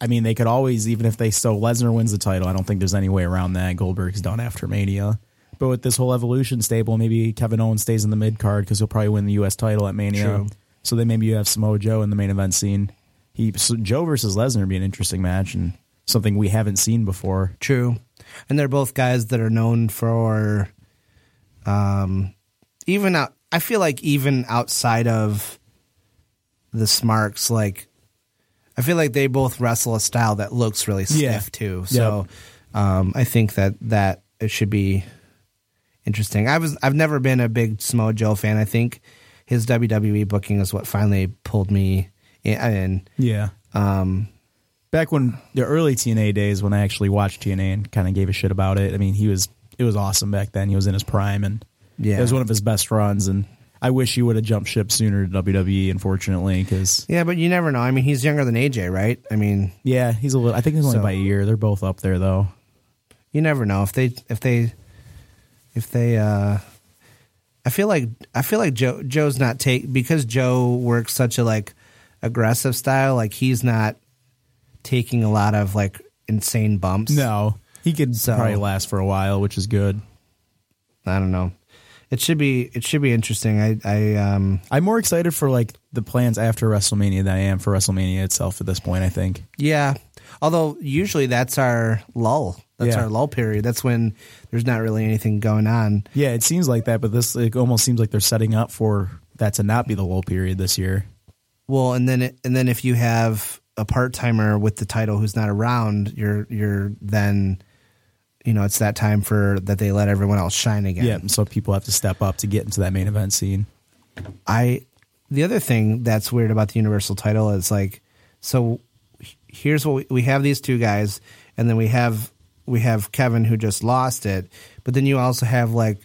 Speaker 5: I mean, they could always, even if they so Lesnar wins the title, I don't think there's any way around that. Goldberg's done after Mania, But with this whole evolution stable, maybe Kevin Owens stays in the mid card because he'll probably win the U.S. title at Mania.
Speaker 4: True.
Speaker 5: So then maybe you have Samoa Joe in the main event scene. He so Joe versus Lesnar would be an interesting match and something we haven't seen before.
Speaker 4: True. And they're both guys that are known for um even out I feel like even outside of the smarks, like I feel like they both wrestle a style that looks really stiff
Speaker 5: Yeah.
Speaker 4: too. So um I think that that it should be interesting. I was I've never been a big Samoa Joe fan. I think his WWE booking is what finally pulled me in, in.
Speaker 5: Yeah.
Speaker 4: um
Speaker 5: Back when the early TNA days, when I actually watched TNA and kind of gave a shit about it. I mean, he was it was awesome back then. He was in his prime and
Speaker 4: Yeah.
Speaker 5: it was one of his best runs. And I wish he would have jumped ship sooner to WWE. Unfortunately, because
Speaker 4: yeah, but you never know. I mean, he's younger than AJ, right? I mean,
Speaker 5: yeah, he's a little. I think he's only
Speaker 4: So-
Speaker 5: by a year. They're both up there though.
Speaker 4: you never know if they if they if they uh I feel like I feel like Joe Joe's not take because Joe works such a like aggressive style like he's not taking a lot of like insane bumps.
Speaker 5: No, he could
Speaker 4: So-
Speaker 5: probably last for a while, which is good.
Speaker 4: I don't know. It should be it should be interesting. I I um
Speaker 5: I'm more excited for like the plans after WrestleMania than I am for WrestleMania itself at this point. I think.
Speaker 4: yeah. Although usually that's our lull. That's
Speaker 5: Yeah.
Speaker 4: our lull period. That's when there's not really anything going on.
Speaker 5: Yeah, it seems like that, but this it almost seems like they're setting up for that to not be the low period this year.
Speaker 4: Well, and then and then if you have a part timer with the title who's not around, you're you're then, you know, it's that time for that they let everyone else shine again.
Speaker 5: Yeah, so people have to step up to get into that main event scene.
Speaker 4: I the other thing that's weird about the universal title is like so h- here's what we, we have these two guys and then we have we have Kevin who just lost it but then you also have like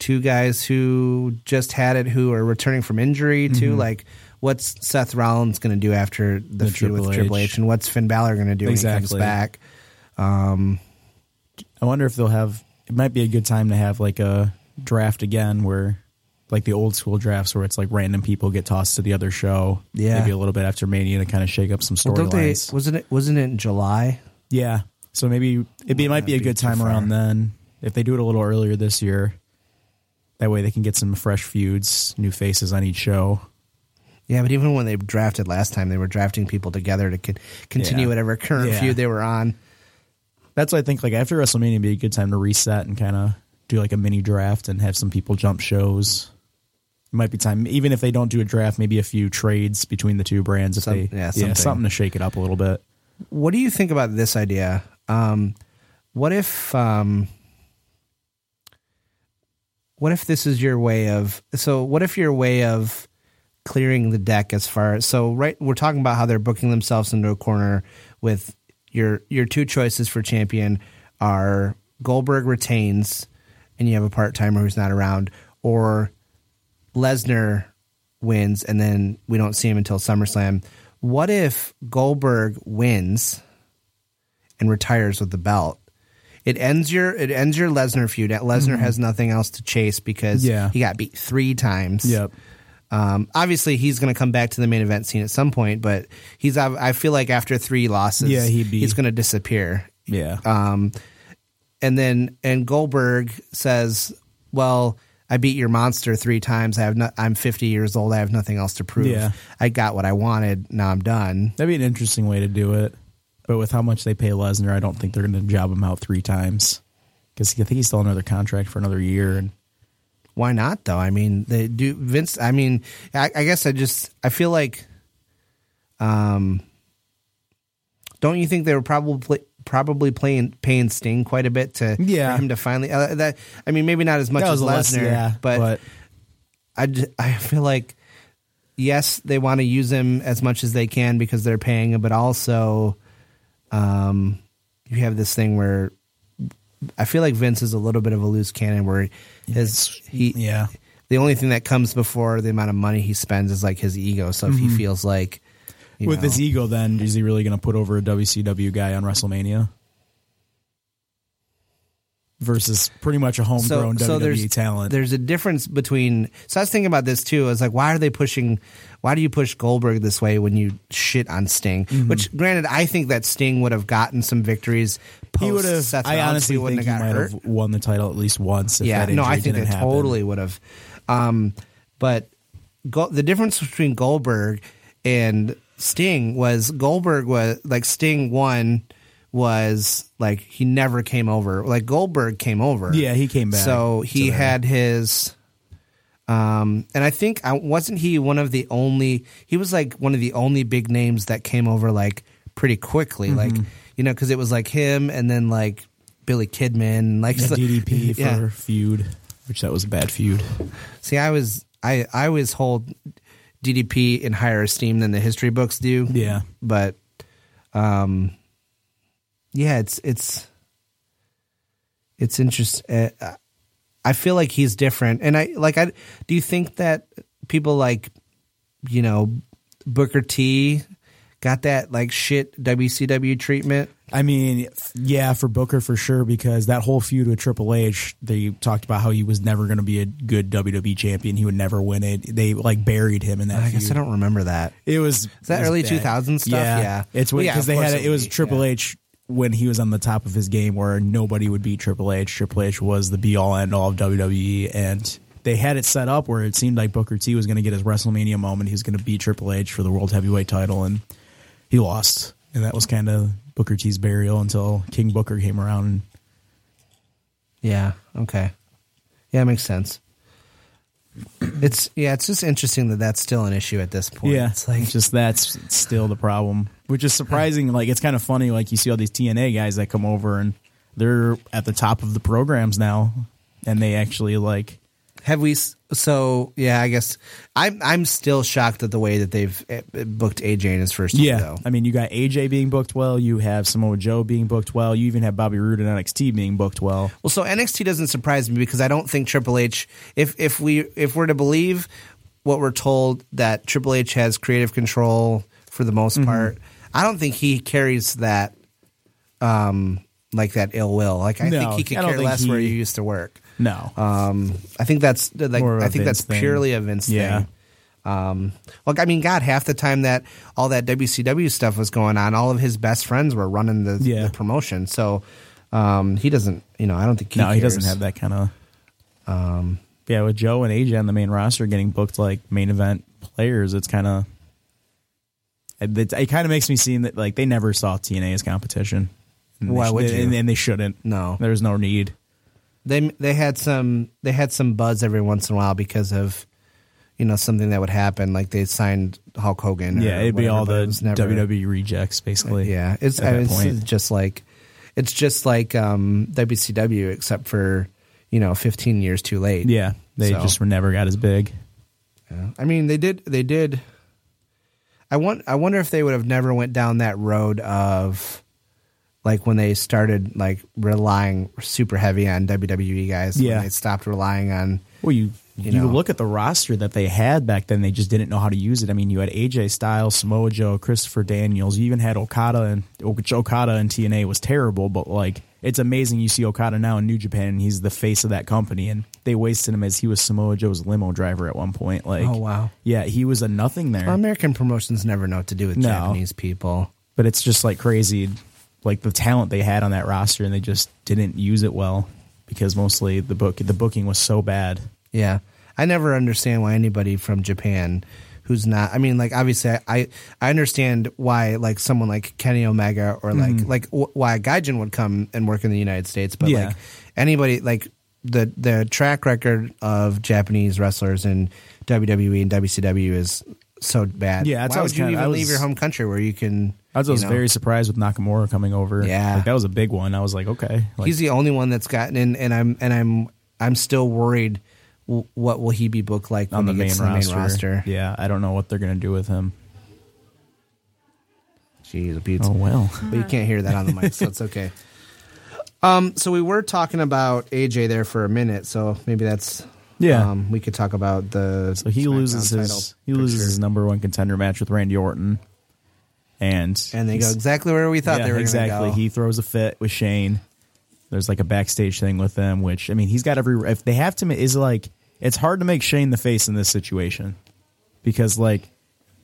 Speaker 4: two guys who just had it who are returning from injury too like what's Seth Rollins going to do after Mm-hmm. the,
Speaker 5: The
Speaker 4: feud with
Speaker 5: Triple
Speaker 4: Triple
Speaker 5: H.
Speaker 4: H and what's Finn Balor going to do
Speaker 5: Exactly.
Speaker 4: when he comes back
Speaker 5: I wonder if they'll have. It might be a good time to have like a draft again, where like the old school drafts, where it's like random people get tossed to the other show.
Speaker 4: Yeah.
Speaker 5: maybe a little bit after Mania to kind of shake up some
Speaker 4: well, don't they
Speaker 5: storylines.
Speaker 4: wasn't it wasn't it in July
Speaker 5: Yeah. So maybe it, be- it might be a
Speaker 4: be
Speaker 5: good
Speaker 4: too
Speaker 5: time
Speaker 4: far.
Speaker 5: around then if they do it a little earlier this year. That way they can get some fresh feuds, new faces on each show.
Speaker 4: Yeah, but even when they drafted last time, they were drafting people together to con- continue
Speaker 5: Yeah.
Speaker 4: whatever current
Speaker 5: Yeah.
Speaker 4: feud they were on.
Speaker 5: That's why I think like after WrestleMania would be a good time to reset and kind of do like a mini draft and have some people jump shows. It might be time, even if they don't do a draft, maybe a few trades between the two brands. If
Speaker 4: Some-
Speaker 5: they,
Speaker 4: yeah, something.
Speaker 5: something to shake it up a little bit.
Speaker 4: What do you think about this idea? Um, what if, um, what if this is your way of? So, what if your way of clearing the deck as far as? So, right, we're talking about how they're booking themselves into a corner with your your two choices for champion are Goldberg retains, and you have a part timer who's not around, or Lesnar wins and then we don't see him until SummerSlam. What if Goldberg wins and retires with the belt? It ends your it ends your Lesnar feud. Lesnar has nothing else to chase because
Speaker 5: Mm-hmm. Yeah.
Speaker 4: he got beat three times.
Speaker 5: Yep.
Speaker 4: Um, obviously, he's going to come back to the main event scene at some point, but he's I, I feel like after three losses,
Speaker 5: Yeah, he'd be-
Speaker 4: he's going to disappear
Speaker 5: Yeah.
Speaker 4: um, and then and Goldberg says, "Well, I beat your monster three times. I have no, I'm 50 years old. I have nothing else to prove.
Speaker 5: Yeah.
Speaker 4: I got what I wanted. Now I'm done."
Speaker 5: That'd be an interesting way to do it. But with how much they pay Lesnar, I don't think they're going to job him out three times because I think he's still on another contract for another year. And
Speaker 4: Why not though? I mean, they do Vince. I mean, I, I guess I just I feel like, um, don't you think they were probably probably playing paying Sting quite a bit to
Speaker 5: Yeah.
Speaker 4: for him to finally uh, that I mean maybe not as much as Lesnar,
Speaker 5: but
Speaker 4: I, j- I feel like yes, they want to use him as much as they can because they're paying him, but also um, you have this thing where I feel like Vince is a little bit of a loose cannon where his he
Speaker 5: yeah,
Speaker 4: the only thing that comes before the amount of money he spends is like his ego. So if he feels like you
Speaker 5: Mm-hmm. with
Speaker 4: know,
Speaker 5: his ego, then is he really going to put over a WCW guy on WrestleMania? versus pretty much a homegrown WWE
Speaker 4: there's,
Speaker 5: talent.
Speaker 4: There's a difference between. So I was thinking about this too. I was like, why are they pushing? Why do you push Goldberg this way when you shit on Sting?
Speaker 5: Mm-hmm.
Speaker 4: Which, granted, I think that Sting would have gotten some victories. Post
Speaker 5: he would have.
Speaker 4: Seth
Speaker 5: I
Speaker 4: Rollins.
Speaker 5: honestly
Speaker 4: he wouldn't
Speaker 5: think he
Speaker 4: have got
Speaker 5: might
Speaker 4: hurt.
Speaker 5: have won the title at least once. If
Speaker 4: yeah,
Speaker 5: that
Speaker 4: no,
Speaker 5: injury
Speaker 4: I think
Speaker 5: didn't
Speaker 4: they
Speaker 5: happen.
Speaker 4: totally would have. Um, but Go- the difference between Goldberg and Sting was Goldberg was like Sting won was like he never came over. Like Goldberg came over.
Speaker 5: Yeah, he came back
Speaker 4: So he
Speaker 5: to that.
Speaker 4: had his. Um, and I think I wasn't he one of the only he was like one of the only big names that came over like pretty quickly, like
Speaker 5: Mm-hmm.
Speaker 4: you know, because it was like him and then like Billy Kidman, like
Speaker 5: The DDP for
Speaker 4: Yeah.
Speaker 5: feud, which that was a bad feud.
Speaker 4: See, I was I I always hold DDP in higher esteem than the history books do.
Speaker 5: Yeah.
Speaker 4: but um, yeah, it's it's it's interesting. Uh, I feel like he's different, and I like I. Do you think that people like you know Booker T got that like shit WCW treatment?
Speaker 5: I mean, yeah, for Booker for sure, because that whole feud with Triple H, they talked about how he was never going to be a good WWE champion. He would never win it. They like buried him in that.
Speaker 4: I
Speaker 5: feud.
Speaker 4: guess I don't remember that.
Speaker 5: It was
Speaker 4: Is that
Speaker 5: it was
Speaker 4: early
Speaker 5: bad.
Speaker 4: 2000 stuff? Yeah.
Speaker 5: it's
Speaker 4: Well,
Speaker 5: because
Speaker 4: yeah, of
Speaker 5: they
Speaker 4: course
Speaker 5: had
Speaker 4: it
Speaker 5: it,
Speaker 4: would
Speaker 5: was
Speaker 4: be,
Speaker 5: Triple
Speaker 4: yeah.
Speaker 5: H when he was on the top of his game, where nobody would beat Triple H. Triple H was the be all end all of WWE, and they had it set up where it seemed like Booker T was going to get his WrestleMania moment. He was going to beat Triple H for the World Heavyweight Title, and he lost, and that was kind of Booker T's burial until King Booker came around. and
Speaker 4: Yeah. Okay. Yeah, it makes sense. It's yeah, it's just interesting that that's still an issue at this point.
Speaker 5: Yeah,
Speaker 4: It's like
Speaker 5: just that's still the problem, which is surprising. Like it's kind of funny. Like you see all these TNA guys that come over and they're at the top of the programs now, and they actually like
Speaker 4: have we s- so yeah, I guess I'm I'm still shocked at the way that they've eh, booked AJ in his first year though.
Speaker 5: I mean, you got AJ being booked well. You have Samoa Joe being booked well. You even have Bobby Roode and NXT being booked well.
Speaker 4: Well, so NXT doesn't surprise me because I don't think Triple H if if we if we're to believe what we're told that Triple H has creative control for the
Speaker 5: Mm-hmm.
Speaker 4: most part, I don't think he carries that um like that ill will. Like I
Speaker 5: No,
Speaker 4: think he could
Speaker 5: I don't
Speaker 4: care
Speaker 5: think
Speaker 4: less where
Speaker 5: he-
Speaker 4: you used to work.
Speaker 5: No,
Speaker 4: Um, I think that's like
Speaker 5: More of a
Speaker 4: I think
Speaker 5: Vince
Speaker 4: that's
Speaker 5: thing.
Speaker 4: purely a Vince
Speaker 5: Yeah.
Speaker 4: thing. Um, like I mean, God, half the time that all that WCW stuff was going on, all of his best friends were running the,
Speaker 5: Yeah.
Speaker 4: the promotion. So um, he doesn't, you know, I don't think he
Speaker 5: no, he doesn't
Speaker 4: cares. Um,
Speaker 5: have that kind of. Um, yeah, with Joe and AJ on the main roster getting booked like main event players, it's kind of. It, it kind of makes me seem that like they never saw TNA as competition. And they
Speaker 4: Why
Speaker 5: sh-
Speaker 4: would you?
Speaker 5: And, and they shouldn't.
Speaker 4: No.
Speaker 5: there's no need.
Speaker 4: They they had some they had some buzz every once in a while because of. You know something that would happen, like they signed Hulk Hogan. or
Speaker 5: yeah, it'd be
Speaker 4: whatever,
Speaker 5: all
Speaker 4: but
Speaker 5: the
Speaker 4: it was never-
Speaker 5: WWE rejects basically.
Speaker 4: Yeah, it's,
Speaker 5: at
Speaker 4: I
Speaker 5: that
Speaker 4: mean,
Speaker 5: point.
Speaker 4: it's just like it's just like um, WCW, except for you know, fifteen years too late.
Speaker 5: yeah, they
Speaker 4: So,
Speaker 5: just were never got as big.
Speaker 4: yeah. I mean, they did. They did. I want. I wonder if they would have never went down that road of like when they started like relying super heavy on WWE guys.
Speaker 5: Yeah.
Speaker 4: when they stopped relying on.
Speaker 5: Well, you
Speaker 4: You
Speaker 5: you,
Speaker 4: know.
Speaker 5: look at the roster that they had back then. They just didn't know how to use it. I mean, you had AJ Styles, Samoa Joe, Christopher Daniels. You even had Okada, and which Okada and TNA was terrible. But like, it's amazing you see Okada now in New Japan, and he's the face of that company. And they wasted him as he was Samoa Joe's limo driver at one point. Like,
Speaker 4: Oh, wow. Um,
Speaker 5: yeah, he was a nothing there.
Speaker 4: Well, American promotions never know what to do with
Speaker 5: No.
Speaker 4: Japanese people.
Speaker 5: but it's just like crazy, like the talent they had on that roster, and they just didn't use it well because mostly the book the booking was so bad.
Speaker 4: Yeah. I never understand why anybody from Japan who's not I mean like obviously I I, I understand why like someone like Kenny Omega or like like w- why Gaijin would come and work in the United States but
Speaker 5: Mm-hmm. Yeah.
Speaker 4: like anybody like the the track record of Japanese wrestlers in WWE and WCW is so bad.
Speaker 5: Yeah, that's what
Speaker 4: why
Speaker 5: I
Speaker 4: would
Speaker 5: was
Speaker 4: you
Speaker 5: kinda-
Speaker 4: even
Speaker 5: I was-
Speaker 4: leave your home country where you can
Speaker 5: I was, I
Speaker 4: you
Speaker 5: was
Speaker 4: know?
Speaker 5: very surprised with Nakamura coming over.
Speaker 4: Yeah.
Speaker 5: Like, that was a big one. I was like, okay, like,
Speaker 4: he's the only one that's gotten in, and I'm and I'm I'm still worried. w- What will he be booked like when
Speaker 5: on the
Speaker 4: he
Speaker 5: main,
Speaker 4: gets to
Speaker 5: roster.
Speaker 4: the main roster?
Speaker 5: Yeah, I don't know what they're gonna do with him.
Speaker 4: Jeez, it beats.
Speaker 5: Oh well.
Speaker 4: but you can't hear that on the mic, so it's okay. Um, so we were talking about AJ there for a minute, so maybe that's
Speaker 5: Yeah.
Speaker 4: Um, we could talk about the
Speaker 5: So he
Speaker 4: SmackDown
Speaker 5: loses his
Speaker 4: title
Speaker 5: he loses
Speaker 4: picture.
Speaker 5: his number one contender match with Randy Orton, and
Speaker 4: and they go
Speaker 5: he's-
Speaker 4: exactly where we thought
Speaker 5: yeah,
Speaker 4: they were
Speaker 5: exactly.
Speaker 4: Gonna go.
Speaker 5: He throws a fit with Shane, There's like a backstage thing with them, which I mean, he's got every. If they have to, ma- is like it's hard to make Shane the face in this situation because like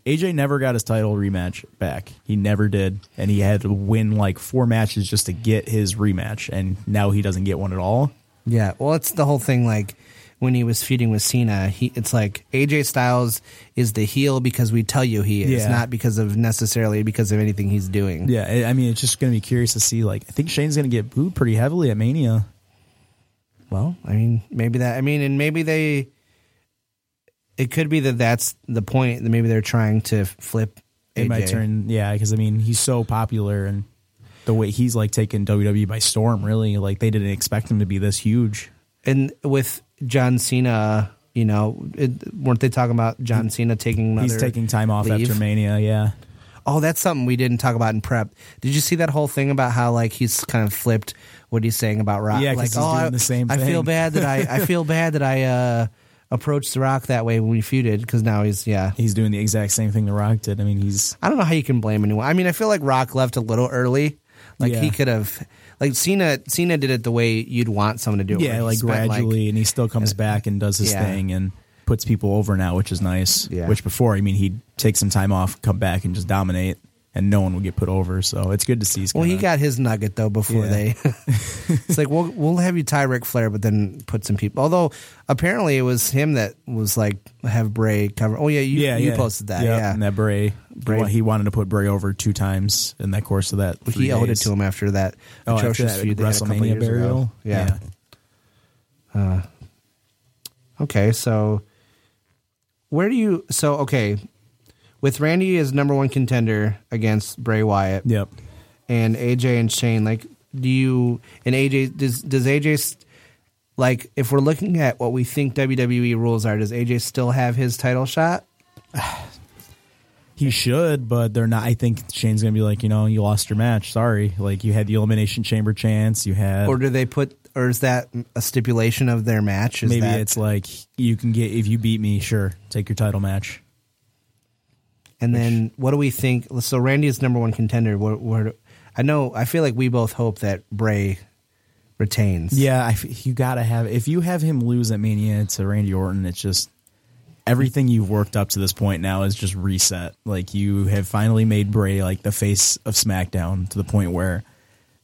Speaker 5: AJ never got his title rematch back. He never did, and he had to win like four matches just to get his rematch, and now he doesn't get one at all.
Speaker 4: Yeah, well, it's the whole thing. Like when he was feuding with Cena, he it's like AJ Styles is the heel because we tell you he is,
Speaker 5: Yeah.
Speaker 4: not because of necessarily because of anything he's doing.
Speaker 5: Yeah, I- I mean, it's just going to be curious to see. Like, I think Shane's going to get booed pretty heavily at Mania.
Speaker 4: Well, I mean, maybe that. I mean, and maybe they. It could be that that's the point. That maybe they're trying to flip.
Speaker 5: It
Speaker 4: AJ.
Speaker 5: might turn, yeah, because I mean, he's so popular and the way he's like taking WWE E by storm. Really, like they didn't expect him to be this huge.
Speaker 4: and with John Cena, you know, it, weren't they talking about John Cena taking? Another
Speaker 5: He's taking time off
Speaker 4: leave?
Speaker 5: after Mania. Yeah,
Speaker 4: Oh, that's something we didn't talk about in prep. Did you see that whole thing about how like he's kind of flipped what he's saying about Rock?
Speaker 5: Yeah, 'cause
Speaker 4: like,
Speaker 5: he's
Speaker 4: oh,
Speaker 5: doing
Speaker 4: I,
Speaker 5: the same
Speaker 4: I feel
Speaker 5: thing."
Speaker 4: bad that I I feel bad that I uh, approached the Rock that way when we feuded because now he's yeah.
Speaker 5: he's doing the exact same thing The Rock did. I mean, he's
Speaker 4: I don't know how you can blame anyone. I mean, I feel like Rock left a little early. Like
Speaker 5: Yeah.
Speaker 4: he could have, like Cena. Cena did it the way you'd want someone to do it. where
Speaker 5: yeah,
Speaker 4: he
Speaker 5: like
Speaker 4: spent,
Speaker 5: gradually, and he still comes back and does his
Speaker 4: uh, Yeah.
Speaker 5: thing and puts people over now, which is nice.
Speaker 4: Yeah.
Speaker 5: Which before, I mean, he'd take some time off, come back, and just dominate, and no one would get put over. So it's good to see. he's
Speaker 4: well, he
Speaker 5: kinda-
Speaker 4: got his nugget though before
Speaker 5: Yeah.
Speaker 4: they. it's like we'll we'll have you tie Ric Flair, but then put some people. Although apparently it was him that was like have Bray cover. Oh yeah, you you posted that.
Speaker 5: Yep,
Speaker 4: Yeah,
Speaker 5: and that Bray,
Speaker 4: Bray-
Speaker 5: Bray. He wanted to put Bray over two times in that course of that.
Speaker 4: he
Speaker 5: three
Speaker 4: owed it
Speaker 5: days.
Speaker 4: to him after that
Speaker 5: Oh, after
Speaker 4: atrocious
Speaker 5: that
Speaker 4: feud they had a couple
Speaker 5: WrestleMania
Speaker 4: years ago.
Speaker 5: burial.
Speaker 4: yeah. Uh, Okay, so where do you so okay with Randy as number one contender against Bray Wyatt
Speaker 5: yeah. Yep.
Speaker 4: and AJ and Shane? Like, do you and AJ does does AJ st- like if we're looking at what we think WWE rules are? Does AJ still have his title shot?
Speaker 5: He should, but they're not. I think Shane's gonna be like, you know, you lost your match. Sorry. Like you had the elimination chamber chance. You had
Speaker 4: Or do they put or is that a stipulation of their match? Is
Speaker 5: maybe
Speaker 4: that,
Speaker 5: it's like you can get if you beat me. Sure, take your title match.
Speaker 4: and then what do we think? So Randy is number one contender. Where, where do- I know I feel like we both hope that Bray retains.
Speaker 5: Yeah, I f you gotta have if you have him lose at Mania to Randy Orton, it's just everything you've worked up to this point now is just reset. Like you have finally made Bray like the face of SmackDown to the point where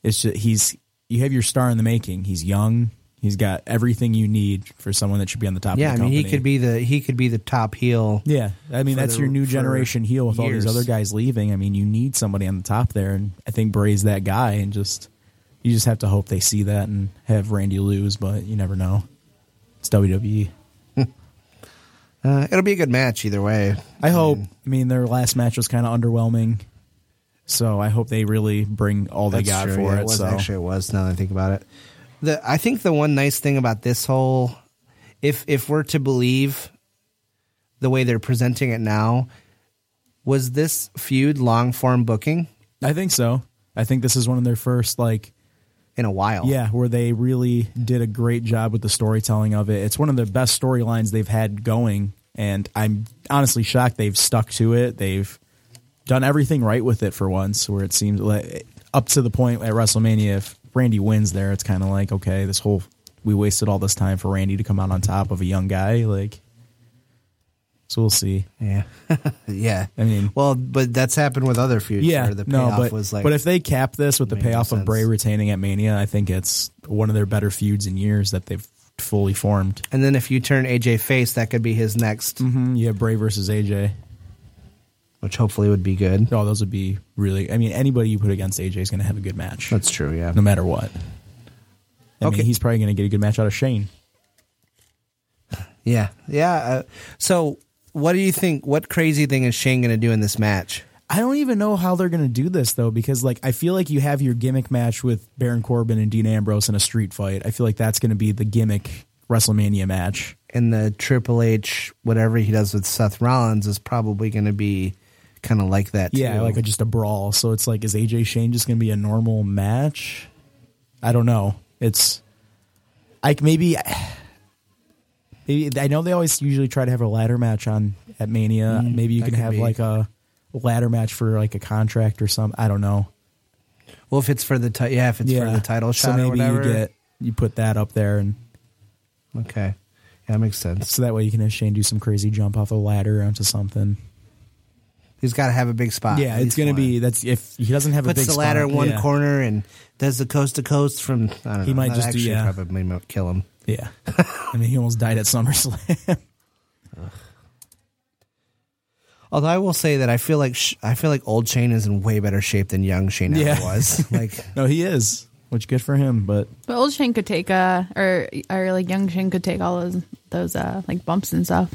Speaker 5: it's just he's you have your star in the making. He's young. He's got everything you need for someone that should be on the top.
Speaker 4: Yeah, I
Speaker 5: of
Speaker 4: mean
Speaker 5: the company.
Speaker 4: he could be the he could be the top heel.
Speaker 5: Yeah, I mean
Speaker 4: for
Speaker 5: that's
Speaker 4: the-
Speaker 5: your new
Speaker 4: for
Speaker 5: generation heel with all
Speaker 4: years.
Speaker 5: these other guys leaving. I mean, you need somebody on the top there, and I think Bray's that guy. And just you just have to hope they see that and have Randy lose, but you never know. It's E. WWE.
Speaker 4: Uh, it'll be a good match either way.
Speaker 5: I hope. I mean, their last match was kind of underwhelming, so I hope they really bring all they
Speaker 4: That's
Speaker 5: got
Speaker 4: true,
Speaker 5: for
Speaker 4: yeah,
Speaker 5: it.
Speaker 4: it was
Speaker 5: so
Speaker 4: actually it was now that I think about it. The I think the one nice thing about this whole if if we're to believe the way they're presenting it now, was this feud long form booking
Speaker 5: I think so. I think this is one of their first like
Speaker 4: in a while.
Speaker 5: Yeah, where they really did a great job with the storytelling of it. It's one of the best storylines they've had going, and I'm honestly shocked they've stuck to it. They've done everything right with it for once, where it seems like up to the point at WrestleMania, if Randy wins there, it's kind of like okay, this whole we wasted all this time for Randy to come out on top of a young guy, like. So we'll see.
Speaker 4: Yeah. yeah.
Speaker 5: I mean-
Speaker 4: well, but that's happened with other feuds
Speaker 5: Yeah,
Speaker 4: where the payoff
Speaker 5: no, but
Speaker 4: was like
Speaker 5: but if they cap this with the
Speaker 4: made no
Speaker 5: payoff
Speaker 4: sense.
Speaker 5: of Bray retaining at Mania, I think it's one of their better feuds in years that they've fully formed.
Speaker 4: and then if you turn AJ face, that could be his next,
Speaker 5: Mm, Yeah, Bray versus AJ.
Speaker 4: which hopefully would be good.
Speaker 5: Oh, those would be really. I mean, anybody you put against AJ is going to have a good match.
Speaker 4: That's true, yeah.
Speaker 5: no matter what. I
Speaker 4: Okay.
Speaker 5: mean, he's probably going to get a good match out of Shane.
Speaker 4: Yeah, yeah. Uh, so, what do you think? What crazy thing is Shane going to do in this match?
Speaker 5: I don't even know how they're going to do this though, because like I feel like you have your gimmick match with Baron Corbin and Dean Ambrose in a street fight. I feel like that's going to be the gimmick WrestleMania match.
Speaker 4: And the Triple H, whatever he does with Seth Rollins, is probably going to be kind of like that.
Speaker 5: Yeah,
Speaker 4: too.
Speaker 5: like a, just a brawl. So it's like, is AJ Shane just going to be a normal match? I don't know. It's like maybe, maybe I know they always usually try to have a ladder match on at Mania. maybe you
Speaker 4: Mm, that
Speaker 5: can
Speaker 4: could
Speaker 5: have
Speaker 4: be.
Speaker 5: like a ladder match for like a contract or something. I don't know.
Speaker 4: Well, if it's for the ti- yeah, if it's for the title
Speaker 5: so
Speaker 4: shot
Speaker 5: maybe
Speaker 4: or whatever.
Speaker 5: you get you put that up there, and
Speaker 4: okay, yeah, that makes sense.
Speaker 5: so that way you can have Shane do some crazy jump off a ladder onto something.
Speaker 4: He's got to have a big spot.
Speaker 5: yeah,
Speaker 4: at
Speaker 5: it's
Speaker 4: least
Speaker 5: gonna
Speaker 4: one.
Speaker 5: be that's if he doesn't have a
Speaker 4: Ah, puts
Speaker 5: big
Speaker 4: the ladder
Speaker 5: spot,
Speaker 4: in one
Speaker 5: yeah.
Speaker 4: corner and does the coast to coast from. I don't know.
Speaker 5: He might
Speaker 4: that
Speaker 5: just do-
Speaker 4: actually
Speaker 5: yeah.
Speaker 4: probably might kill him.
Speaker 5: Yeah, I mean he almost died at SummerSlam.
Speaker 4: Although I will say that I feel like sh- I feel like old Shane is in way better shape than young Shane
Speaker 5: Yeah.
Speaker 4: ever was. Like
Speaker 5: no, he is, which good for him, but
Speaker 6: But old Shane could take uh or or like young Shane could take all those those uh like bumps and stuff.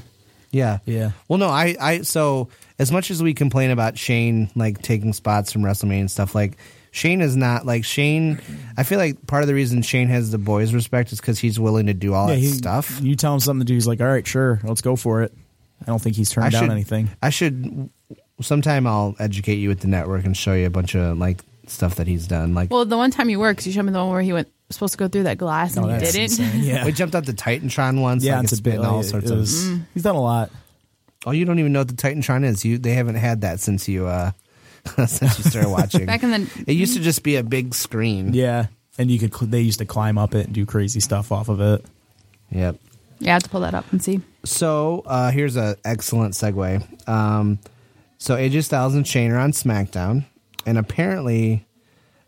Speaker 4: Yeah.
Speaker 5: Yeah.
Speaker 4: Well, no, I, I, so as much as we complain about Shane like taking spots from WrestleMania and stuff, like Shane is not like Shane. I feel like part of the reason Shane has the boys' respect is because he's willing to do all
Speaker 5: yeah,
Speaker 4: that
Speaker 5: he,
Speaker 4: stuff.
Speaker 5: You tell him something to do, he's like, all right, sure, let's go for it. I don't think he's turned
Speaker 4: I
Speaker 5: down
Speaker 4: should,
Speaker 5: anything.
Speaker 4: I should, sometime I'll educate you at the network and show you a bunch of like stuff that he's done. Like,
Speaker 6: Well, the one time you were, 'cause you showed me the one where he went supposed to go through that glass and he
Speaker 5: that's
Speaker 6: didn't.
Speaker 5: insane. Yeah,
Speaker 4: we jumped out the Titantron once.
Speaker 5: yeah,
Speaker 4: like,
Speaker 5: it's a bit.
Speaker 4: spitting all
Speaker 5: like,
Speaker 4: sorts
Speaker 5: it
Speaker 4: of.
Speaker 5: was- He's done a lot.
Speaker 4: Oh, you don't even know what the Titantron is. You they haven't had that since you uh since you started watching.
Speaker 6: Back in the-
Speaker 4: it used to just be a big screen.
Speaker 5: Yeah, and you could. cl- They used to climb up it and do crazy stuff off of it.
Speaker 4: Yep.
Speaker 6: Yeah, I have to pull that up and see.
Speaker 4: So uh, here's an excellent segue. Um, so AJ Styles and Shane are on SmackDown, and apparently,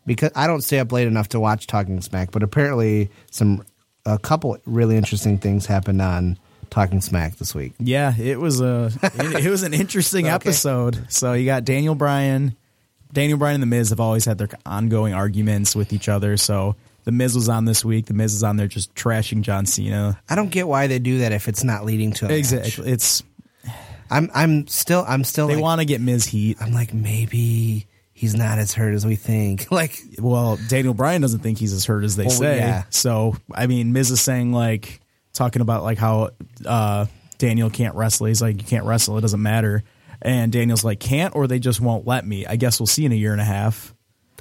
Speaker 4: because I don't stay up late enough to watch Talking Smack, but apparently some a couple really interesting things happened on Talking Smack this week.
Speaker 5: Yeah, it was a. It, it was an interesting
Speaker 4: Okay.
Speaker 5: episode. So you got Daniel Bryan, Daniel Bryan and the Miz have always had their ongoing arguments with each other. So the Miz was on this week. The Miz is on there just trashing John Cena.
Speaker 4: I don't get why they do that if it's not leading to a match.
Speaker 5: Exactly. It's
Speaker 4: I'm I'm still I'm still
Speaker 5: they
Speaker 4: like,
Speaker 5: want to get Miz heat.
Speaker 4: I'm like, maybe he's not as hurt as we think. Like,
Speaker 5: Well, Daniel Bryan doesn't think he's as hurt as they
Speaker 4: Well,
Speaker 5: say.
Speaker 4: yeah.
Speaker 5: So, I mean, Miz is saying like talking about like how uh, Daniel can't wrestle. He's like, you can't wrestle. It doesn't matter. And Daniel's like, can't or they just won't let me. I guess we'll see in a year and a half.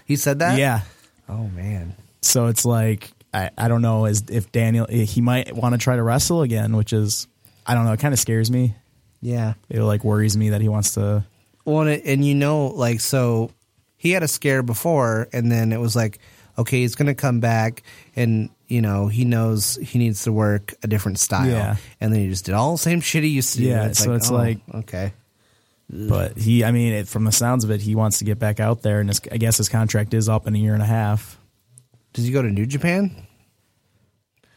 Speaker 4: he said that?
Speaker 5: yeah.
Speaker 4: Oh, man.
Speaker 5: So it's like I, I don't know is if Daniel eh, he might want to try to wrestle again, which is I don't know. It kind of scares me.
Speaker 4: Yeah.
Speaker 5: It like worries me that he wants to.
Speaker 4: Well, and, and you know, like, so he had a scare before, and then it was like, okay, he's going to come back, and, you know, he knows he needs to work a different style.
Speaker 5: Yeah.
Speaker 4: And then he just did all the same shit he used to do.
Speaker 5: Yeah,
Speaker 4: And
Speaker 5: so it's like-
Speaker 4: okay.
Speaker 5: But he, I mean, it, from the sounds of it, he wants to get back out there, and his, I guess his contract is up in a year and a half.
Speaker 4: Does he go to New Japan?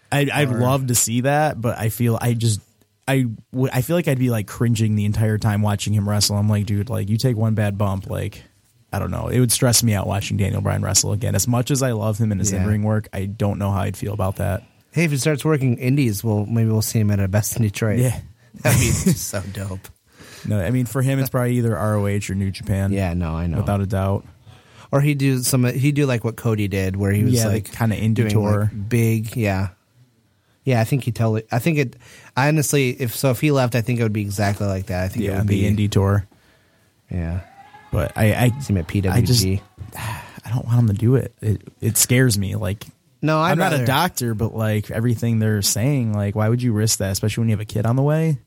Speaker 5: I, I'd love to see that, but I feel I just I would I feel like I'd be like cringing the entire time watching him wrestle. I'm like, dude, like you take one bad bump, like I don't know, it would stress me out watching Daniel Bryan wrestle again. As much as I love him and his
Speaker 4: Yeah.
Speaker 5: in ring work, I don't know how I'd feel about that.
Speaker 4: Hey, if he starts working indies, well, maybe we'll see him at a Best in Detroit.
Speaker 5: Yeah.
Speaker 4: That'd be so dope.
Speaker 5: No, I mean for him, it's probably either ROH or New Japan.
Speaker 4: Yeah, no, I know.
Speaker 5: without a doubt.
Speaker 4: or he do some he do like what Cody did, where he was
Speaker 5: Yeah, the
Speaker 4: like
Speaker 5: kinda indie
Speaker 4: doing,
Speaker 5: tour.
Speaker 4: like, big, yeah, yeah. I think he totally. I think it. I honestly, if so, if he left, I think it would be exactly like that. I think it
Speaker 5: Yeah,
Speaker 4: would
Speaker 5: the
Speaker 4: be
Speaker 5: indie tour.
Speaker 4: Yeah,
Speaker 5: But I, I
Speaker 4: see him at PWG.
Speaker 5: I just I don't want him to do it. It it scares me. Like
Speaker 4: no,
Speaker 5: i
Speaker 4: I'd
Speaker 5: am not
Speaker 4: rather-
Speaker 5: a doctor, but like everything they're saying, like why would you risk that, especially when you have a kid on the way?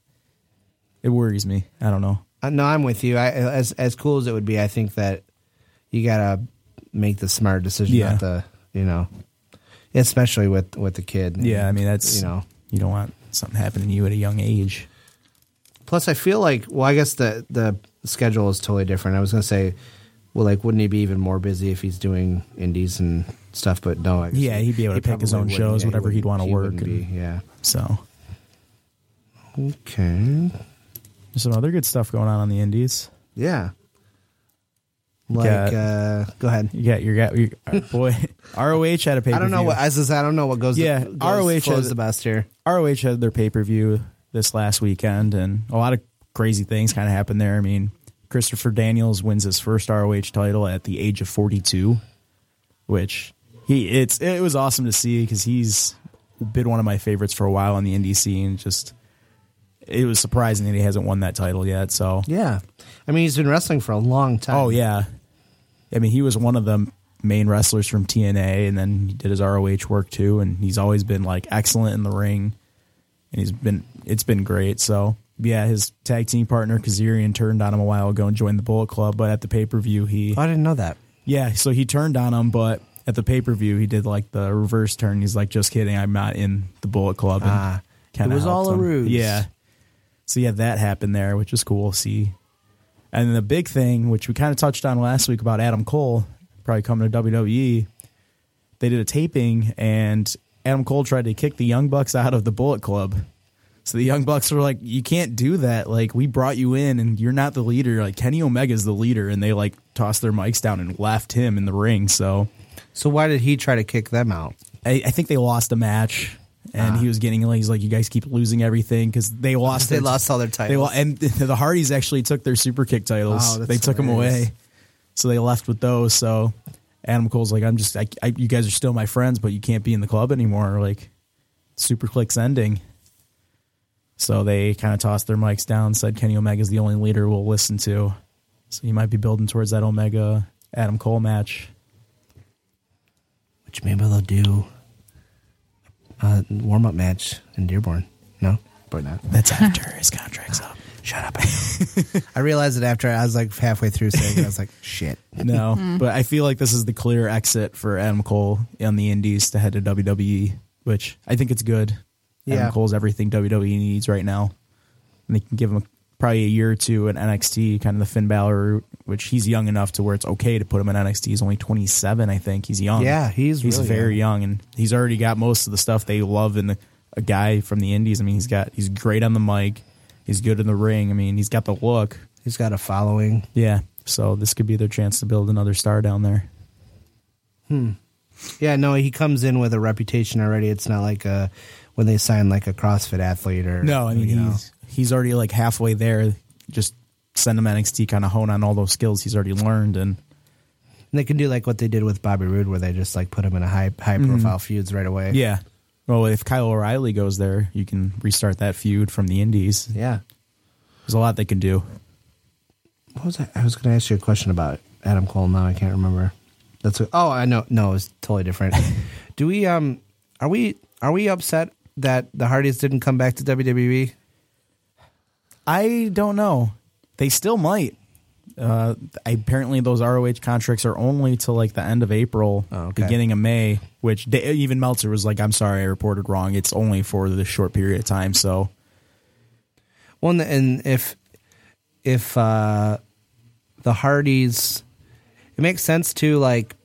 Speaker 5: It worries me. I don't know.
Speaker 4: Uh, No, I'm with you. I, as as cool as it would be, I think that you gotta make the smart decision,
Speaker 5: Yeah.
Speaker 4: not the you know, especially with with the kid.
Speaker 5: Yeah, I mean that's
Speaker 4: you know.
Speaker 5: you don't want something happening to you at a young age.
Speaker 4: Plus, I feel like well, I guess the the schedule is totally different. I was gonna say, well, like, wouldn't he be even more busy if he's doing indies and stuff? But no, I guess
Speaker 5: Yeah, he'd be able to pick his
Speaker 4: probably
Speaker 5: own
Speaker 4: wouldn't.
Speaker 5: shows,
Speaker 4: he
Speaker 5: whatever he'd
Speaker 4: wouldn't-
Speaker 5: wanna
Speaker 4: he
Speaker 5: work
Speaker 4: wouldn't
Speaker 5: and-
Speaker 4: Be, yeah.
Speaker 5: So
Speaker 4: Okay.
Speaker 5: there's some other good stuff going on on the Indies.
Speaker 4: Yeah. Like,
Speaker 5: Yeah.
Speaker 4: uh, go ahead.
Speaker 5: You got your got your uh, boy ROH had a pay.
Speaker 4: I don't know what I says. I don't know what goes.
Speaker 5: Yeah,
Speaker 4: goes,
Speaker 5: ROH
Speaker 4: flows
Speaker 5: has-
Speaker 4: the best here.
Speaker 5: ROH had their pay per view this last weekend, and a lot of crazy things kind of happened there. I mean, Christopher Daniels wins his first ROH title at the age of 42, which he it's it was awesome to see because he's been one of my favorites for a while on the indie scene. Just it was surprising that he hasn't won that title yet. So
Speaker 4: Yeah, I mean he's been wrestling for a long time.
Speaker 5: oh yeah, I mean he was one of the main wrestlers from TNA, and then he did his ROH work too, and he's always been like excellent in the ring. and he's been it's been great. So yeah, his tag team partner Kazarian turned on him a while ago and joined the Bullet Club, but at the pay per view he
Speaker 4: I didn't know that.
Speaker 5: Yeah, so he turned on him, but at the pay per view, he did like the reverse turn. He's like, "Just kidding, I'm not in the Bullet Club." And
Speaker 4: Ah,
Speaker 5: kinda
Speaker 4: it was
Speaker 5: helped
Speaker 4: all a
Speaker 5: him.
Speaker 4: ruse.
Speaker 5: Yeah. So yeah, that happened there, which is cool. to See, and the big thing, which we kind of touched on last week about Adam Cole probably coming to WWE, they did a taping and Adam Cole tried to kick the Young Bucks out of the Bullet Club. So the Young Bucks were like, "You can't do that. Like we brought you in, and you're not the leader. Like Kenny Omega's the leader." And they like tossed their mics down and left him in the ring. So
Speaker 4: So why did he try to kick them out?
Speaker 5: I, I think they lost a match, and he was getting like, he's like, "You guys keep losing everything because they lost.
Speaker 4: Ah. They
Speaker 5: their-
Speaker 4: lost all their
Speaker 5: They lo-
Speaker 4: titles.
Speaker 5: and the Hardys actually took their super kick titles.
Speaker 4: Wow, that's
Speaker 5: they took them
Speaker 4: hilarious.
Speaker 5: away, so they left with those. So Adam Cole's like, "I'm just, I, I, you guys are still my friends, but you can't be in the club anymore." Like, super click's ending. So they kind of tossed their mics down. Said Kenny Omega's the only leader we'll listen to. So you might be building towards that Omega Adam Cole match.
Speaker 4: Which maybe they'll do a warm up match in Dearborn. No, probably not.
Speaker 5: That's after his contract's up.
Speaker 4: Shut up. I realized it after I was like halfway through saying it. I was like, shit.
Speaker 5: No,
Speaker 4: Hmm.
Speaker 5: but I feel like this is the clear exit for Adam Cole on the Indies to head to WWE, which I think it's good.
Speaker 4: Yeah.
Speaker 5: Adam Cole's everything WWE needs right now, and they can give him probably a year or two in NXT, kind of the Finn Balor route, which he's young enough to where it's okay to put him in NXT. He's only twenty seven, I think. He's young.
Speaker 4: Yeah, he's
Speaker 5: he's
Speaker 4: really
Speaker 5: very young. and he's already got most of the stuff they love in the, a guy from the Indies. I mean, he's got he's great on the mic, he's good in the ring. I mean, he's got the look.
Speaker 4: He's got a following.
Speaker 5: Yeah. So this could be their chance to build another star down there.
Speaker 4: Yeah, no, he comes in with a reputation already. It's not like a when they sign like a CrossFit athlete or
Speaker 5: No, I mean
Speaker 4: you know.
Speaker 5: he's he's already like halfway there. Just send him NXT, kind of hone on all those skills he's already learned, and
Speaker 4: And they can do like what they did with Bobby Roode, where they just like put him in a high high profile feuds right away.
Speaker 5: Mm-hmm. yeah. Well, if Kyle O'Reilly goes there, you can restart that feud from the Indies.
Speaker 4: yeah.
Speaker 5: There's a lot they can do.
Speaker 4: What was I? I was going to ask you a question about Adam Cole. Now I can't remember. That's what, oh, I know. No, it's totally different. Do we um are we are we upset that the Hardys didn't come back to E? WWE?
Speaker 5: I don't know. They still might. Uh, apparently, those ROH contracts are only till like the end of April,
Speaker 4: Oh, okay.
Speaker 5: beginning of May. Which they, even Meltzer was like, "I'm sorry, I reported wrong. It's only for this short period of time." So
Speaker 4: Well, and- and if if uh, the Hardys, it makes sense to like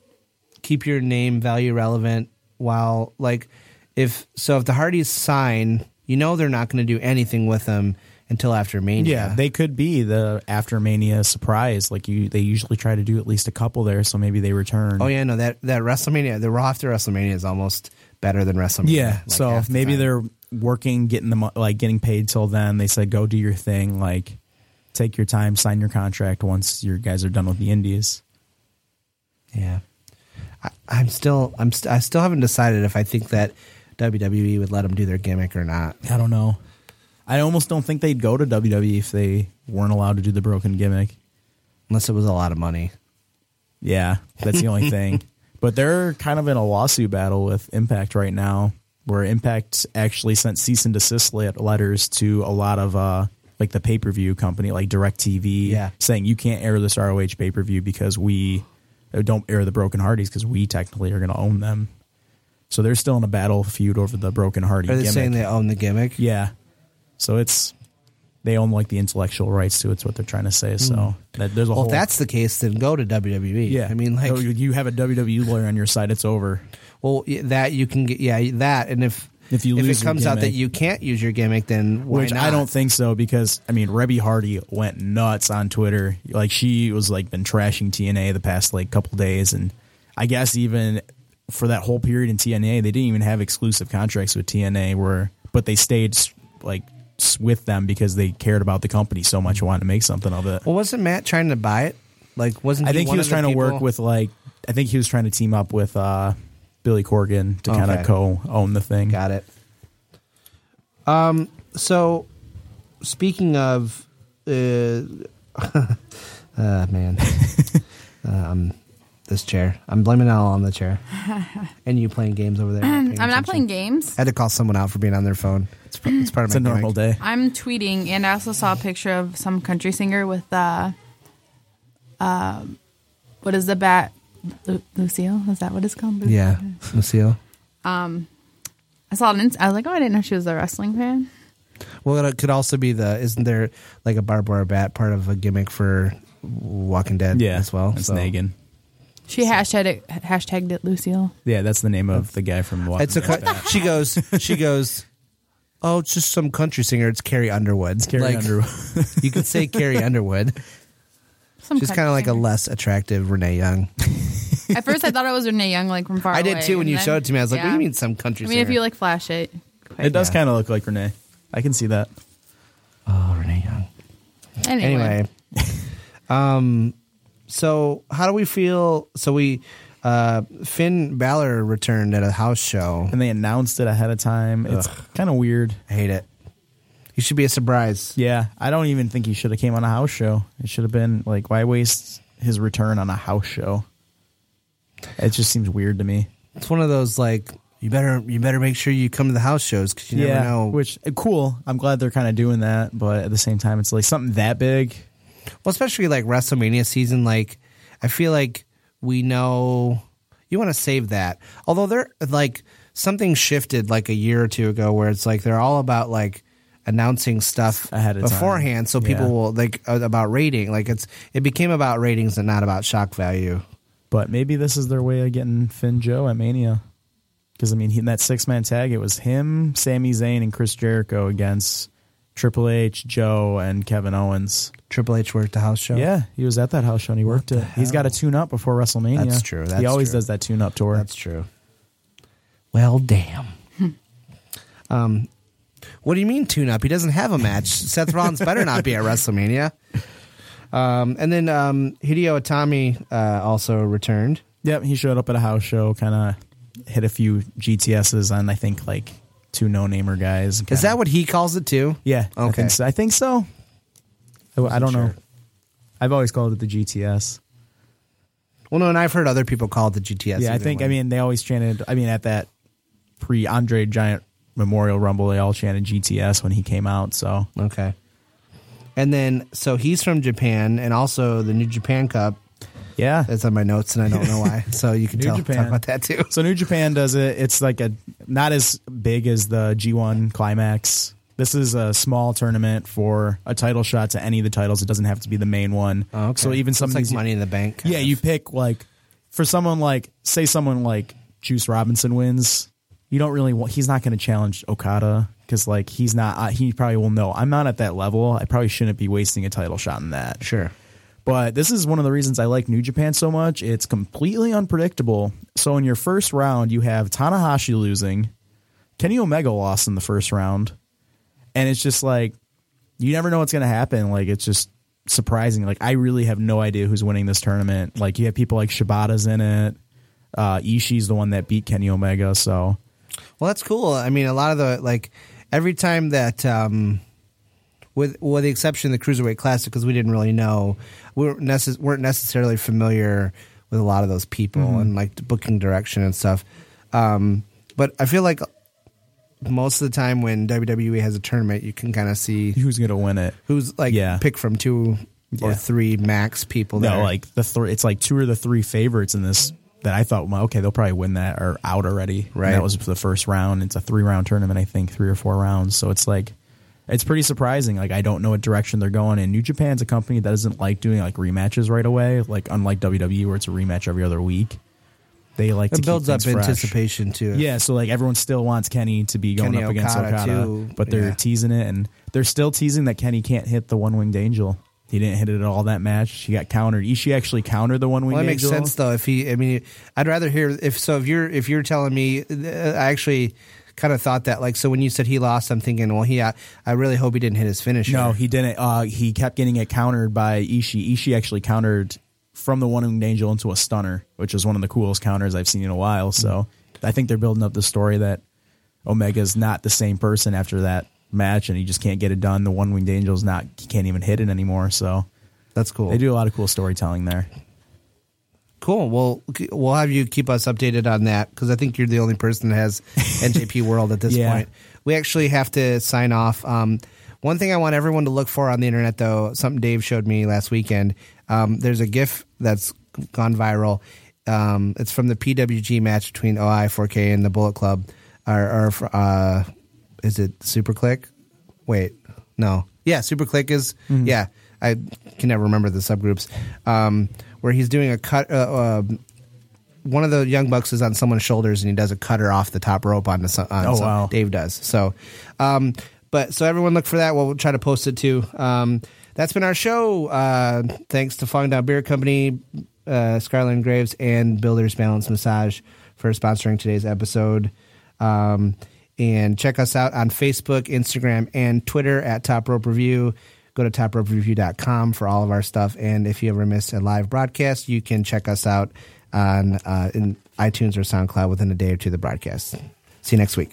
Speaker 4: keep your name value relevant while like if so if the Hardys sign, you know they're not going to do anything with them until after Mania.
Speaker 5: Yeah, they could be the after Mania surprise. Like you, they usually try to do at least a couple there, so maybe they return.
Speaker 4: oh yeah, no that that WrestleMania, the Raw after WrestleMania is almost better than WrestleMania.
Speaker 5: yeah.
Speaker 4: like,
Speaker 5: so
Speaker 4: half the
Speaker 5: maybe
Speaker 4: time.
Speaker 5: they're working, getting the mo- like getting paid till then. They said go do your thing, like take your time, sign your contract once your guys are done with the Indies.
Speaker 4: yeah. I, I'm still I'm st- I still haven't decided if I think that WWE would let them do their gimmick or not.
Speaker 5: I don't know. I almost don't think they'd go to WWE if they weren't allowed to do the broken gimmick.
Speaker 4: Unless it was a lot of money.
Speaker 5: Yeah, that's the only thing. But they're kind of in a lawsuit battle with Impact right now, where Impact actually sent cease and desist let- letters to a lot of uh, like the pay per view company, like DirecTV,
Speaker 4: Yeah.
Speaker 5: saying you can't air this ROH pay per view because we uh, don't air the Broken Hardys because we technically are going to own them. So they're still in a battle feud over the Broken Hardy.
Speaker 4: Are they
Speaker 5: gimmick.
Speaker 4: saying they own the gimmick?
Speaker 5: yeah. So it's they own like the intellectual rights to it's what they're trying to say. So that, there's a
Speaker 4: Hmm. Well,
Speaker 5: whole
Speaker 4: if that's the case, then go to WWE.
Speaker 5: yeah,
Speaker 4: I mean, like,
Speaker 5: No, you- you have a WWE lawyer on your side. It's over.
Speaker 4: well, y- that you can get, yeah, that, and if
Speaker 5: If you lose
Speaker 4: it
Speaker 5: your
Speaker 4: comes out that
Speaker 5: gimmick.
Speaker 4: you can't use your gimmick, then why
Speaker 5: Which
Speaker 4: not?
Speaker 5: I don't think so because I mean, Rebby Hardy went nuts on Twitter. Like she was like been trashing TNA the past like couple days, and I guess even for that whole period in TNA, they didn't even have exclusive contracts with TNA, where but they stayed like with them because they cared about the company so much, wanted to make something of it.
Speaker 4: Well, wasn't Matt trying to buy it? Like, wasn't
Speaker 5: I think
Speaker 4: one
Speaker 5: he was
Speaker 4: of the
Speaker 5: trying to work
Speaker 4: people-
Speaker 5: with like I think he was trying to team up with uh, Billy Corgan to kind
Speaker 4: Okay.
Speaker 5: of co-own the thing.
Speaker 4: Got it. Um. So, speaking of, uh, uh man, um, this chair. I'm blaming it all on the chair, and you playing games over there.
Speaker 6: I'm not playing games.
Speaker 4: I had to call someone out for being on their phone. It's, p- it's part of
Speaker 5: It's
Speaker 4: my
Speaker 5: a normal
Speaker 4: gimmick.
Speaker 5: day.
Speaker 6: I'm tweeting, and I also saw a picture of some country singer with uh, uh, what is the bat? Lu- Lucille. Is that what it's called?
Speaker 4: Yeah, Lucille.
Speaker 6: I saw an. Ins- I was like, oh, I didn't know she was a wrestling fan.
Speaker 4: Well, it could also be the isn't there like a barbed wire bat part of a gimmick for Walking Dead
Speaker 5: Yeah,
Speaker 4: as well?
Speaker 5: It's
Speaker 4: So-
Speaker 5: Negan.
Speaker 6: She hashtag it, hashtagged it Lucille.
Speaker 5: Yeah, that's the name of the guy from. Walking
Speaker 4: It's a,
Speaker 5: Dead.
Speaker 4: cu- she goes. She goes. Oh, it's just some country singer. It's Carrie Underwood. It's
Speaker 5: Carrie Underwood.
Speaker 4: you could say Carrie Underwood.
Speaker 6: Some
Speaker 4: She's
Speaker 6: cut
Speaker 4: kind of like a
Speaker 6: singer.
Speaker 4: less attractive Renee Young.
Speaker 6: At first, I thought it was Renee Young, like from far.
Speaker 4: I did
Speaker 6: away,
Speaker 4: too when
Speaker 6: and
Speaker 4: you
Speaker 6: then-
Speaker 4: showed it to me. I was like, "What do
Speaker 6: yeah.
Speaker 4: you mean some country
Speaker 6: I mean,
Speaker 4: singer?"
Speaker 6: if you like flash it, quick.
Speaker 5: It does
Speaker 4: Yeah.
Speaker 5: kind of look like Renee. I can see that.
Speaker 4: oh, Renee Young.
Speaker 6: Anyway,
Speaker 4: Anyway, um, so how do we feel? So we, uh, Finn Balor returned at a house show.
Speaker 5: And they announced it ahead of time. It's kind of weird.
Speaker 4: I hate it. You should be a surprise.
Speaker 5: Yeah, I don't even think he should have came on a house show. It should have been like, why waste his return on a house show? It just seems weird to me.
Speaker 4: It's one of those like you better you better make sure you come to the house shows because you never know.
Speaker 5: which uh, cool. I'm glad they're kind of doing that, but at the same time, it's like something that big.
Speaker 4: Well, especially like WrestleMania season, like I feel like we know you want to save that. Although there like something shifted like a year or two ago where it's like they're all about like announcing stuff
Speaker 5: Ahead of time.
Speaker 4: beforehand so people
Speaker 5: Yeah.
Speaker 4: will like uh, about rating like it's it became about ratings and not about shock value.
Speaker 5: But maybe this is their way of getting Finn Joe at Mania. Because I mean, he, in that six man tag, it was him, Sami Zayn, and Chris Jericho against Triple H, Joe, and Kevin Owens.
Speaker 4: Triple H worked the house show.
Speaker 5: Yeah, he was at that house show and he worked it. He's got a tune up before WrestleMania.
Speaker 4: That's true, that's
Speaker 5: he always
Speaker 4: true.
Speaker 5: does that tune up tour.
Speaker 4: That's true. Well, damn. um, what do you mean tune up? He doesn't have a match. Seth Rollins better not be at WrestleMania. Um, and then um, Hideo Itami uh, also returned.
Speaker 5: Yep, he showed up at a house show, kind of hit a few GTSs on I think like two no namer guys.
Speaker 4: Is that what he calls it too?
Speaker 5: Yeah. I
Speaker 4: Okay.
Speaker 5: think so. I, think so. I, I don't know.
Speaker 4: sure.
Speaker 5: I've always called it the GTS.
Speaker 4: Well, no, and I've heard other people call it the GTS.
Speaker 5: yeah, I
Speaker 4: either
Speaker 5: think. I
Speaker 4: one.
Speaker 5: mean, they always chanted. I mean, at that pre Andre Giant Memorial Rumble, they all chanted GTS when he came out. So
Speaker 4: okay. And then, so he's from Japan, and also the New Japan Cup.
Speaker 5: yeah,
Speaker 4: That's on my notes, and I don't know why. So you can
Speaker 5: New
Speaker 4: tell
Speaker 5: Japan.
Speaker 4: talk about that too.
Speaker 5: So New Japan does it. It's like a not as big as the G1 Climax. This is a small tournament for a title shot to any of the titles. It doesn't have to be the main one. So even some
Speaker 4: it's
Speaker 5: of
Speaker 4: Oh, like
Speaker 5: these-
Speaker 4: Money in the Bank. kind
Speaker 5: yeah,
Speaker 4: of.
Speaker 5: you pick like for someone like say someone like Juice Robinson wins. You don't really want. He's not going to challenge Okada because like he's not. Uh, he probably will know. I'm not at that level. I probably shouldn't be wasting a title shot in that.
Speaker 4: sure.
Speaker 5: But this is one of the reasons I like New Japan so much. It's completely unpredictable. So in your first round, you have Tanahashi losing. Kenny Omega lost in the first round. And it's just like you never know what's going to happen. Like it's just surprising. Like I really have no idea who's winning this tournament. Like you have people like Shibata's in it. Uh Ishii's the one that beat Kenny Omega, so
Speaker 4: Well, that's cool. I mean, a lot of the like every time that um with well, the exception of the cruiserweight classic because we didn't really know we weren't, necess- weren't necessarily familiar with a lot of those people
Speaker 5: Mm-hmm.
Speaker 4: and like the booking direction and stuff. Um, but I feel like most of the time when WWE has a tournament, you can kind of see
Speaker 5: who's going to win it?
Speaker 4: who's like
Speaker 5: Yeah.
Speaker 4: pick from two or
Speaker 5: Yeah.
Speaker 4: three max people.
Speaker 5: No,
Speaker 4: there.
Speaker 5: like the three. It's like two or the three favorites in this that I thought, well, okay, they'll probably win that are out already. And
Speaker 4: Right.
Speaker 5: that was the first round. It's a three round tournament, I think, three or four rounds. So it's like, it's pretty surprising. Like I don't know what direction they're going. And New Japan's a company that doesn't like doing like rematches right away. Like unlike WWE where it's a rematch every other week. They like to
Speaker 4: it
Speaker 5: keep
Speaker 4: builds up
Speaker 5: things fresh.
Speaker 4: anticipation too.
Speaker 5: Yeah, so like everyone still wants Kenny to be going
Speaker 4: Kenny
Speaker 5: up against
Speaker 4: Okada,
Speaker 5: Okada,
Speaker 4: too.
Speaker 5: but they're
Speaker 4: Yeah.
Speaker 5: teasing it, and they're still teasing that Kenny can't hit the one winged angel. He didn't hit it at all that match. He got countered. Ishii actually countered the one winged
Speaker 4: Well, that makes
Speaker 5: angel.
Speaker 4: sense though. If he, I mean, I'd rather hear if so. If you're if you're telling me, uh, I actually kind of thought that like so when you said he lost, I'm thinking, well, he, I, I really hope he didn't hit his finisher.
Speaker 5: No, he didn't. Uh, he kept getting it countered by Ishii. Ishii actually countered from the one winged angel into a stunner, which is one of the coolest counters I've seen in a while. So I think they're building up the story that Omega's not the same person after that match, and he just can't get it done. The one winged angel's not. He can't even hit it anymore. So.
Speaker 4: that's cool.
Speaker 5: They do a lot of cool storytelling there.
Speaker 4: Cool. Well, c- we'll have you keep us updated on that because I think you're the only person that has NJP World at this
Speaker 5: Yeah.
Speaker 4: point. We actually have to sign off. Um, one thing I want everyone to look for on the internet, though, something Dave showed me last weekend. Um, there's a GIF that's gone viral. Um, it's from the PWG match between OI 4K and the Bullet Club. Or, or uh, is it Super Click? Wait, no. Yeah, Super Click is.
Speaker 5: Mm-hmm.
Speaker 4: Yeah, I can never remember the subgroups. Um, where he's doing a cut. Uh, uh, one of the young bucks is on someone's shoulders and he does a cutter off the top rope onto some, on
Speaker 5: Oh,
Speaker 4: some-
Speaker 5: wow.
Speaker 4: Dave does. So, um, but so everyone look for that. We'll try to post it too. Um, that's been our show. Uh, thanks to Falling Down Beer Company, uh, Scarlet and Graves, and Builders Balance Massage for sponsoring today's episode. Um, and check us out on Facebook, Instagram, and Twitter at Top Rope Review. Go to topropereview.com for all of our stuff. And if you ever miss a live broadcast, you can check us out on uh, in iTunes or SoundCloud within a day or two of the broadcast. See you next week.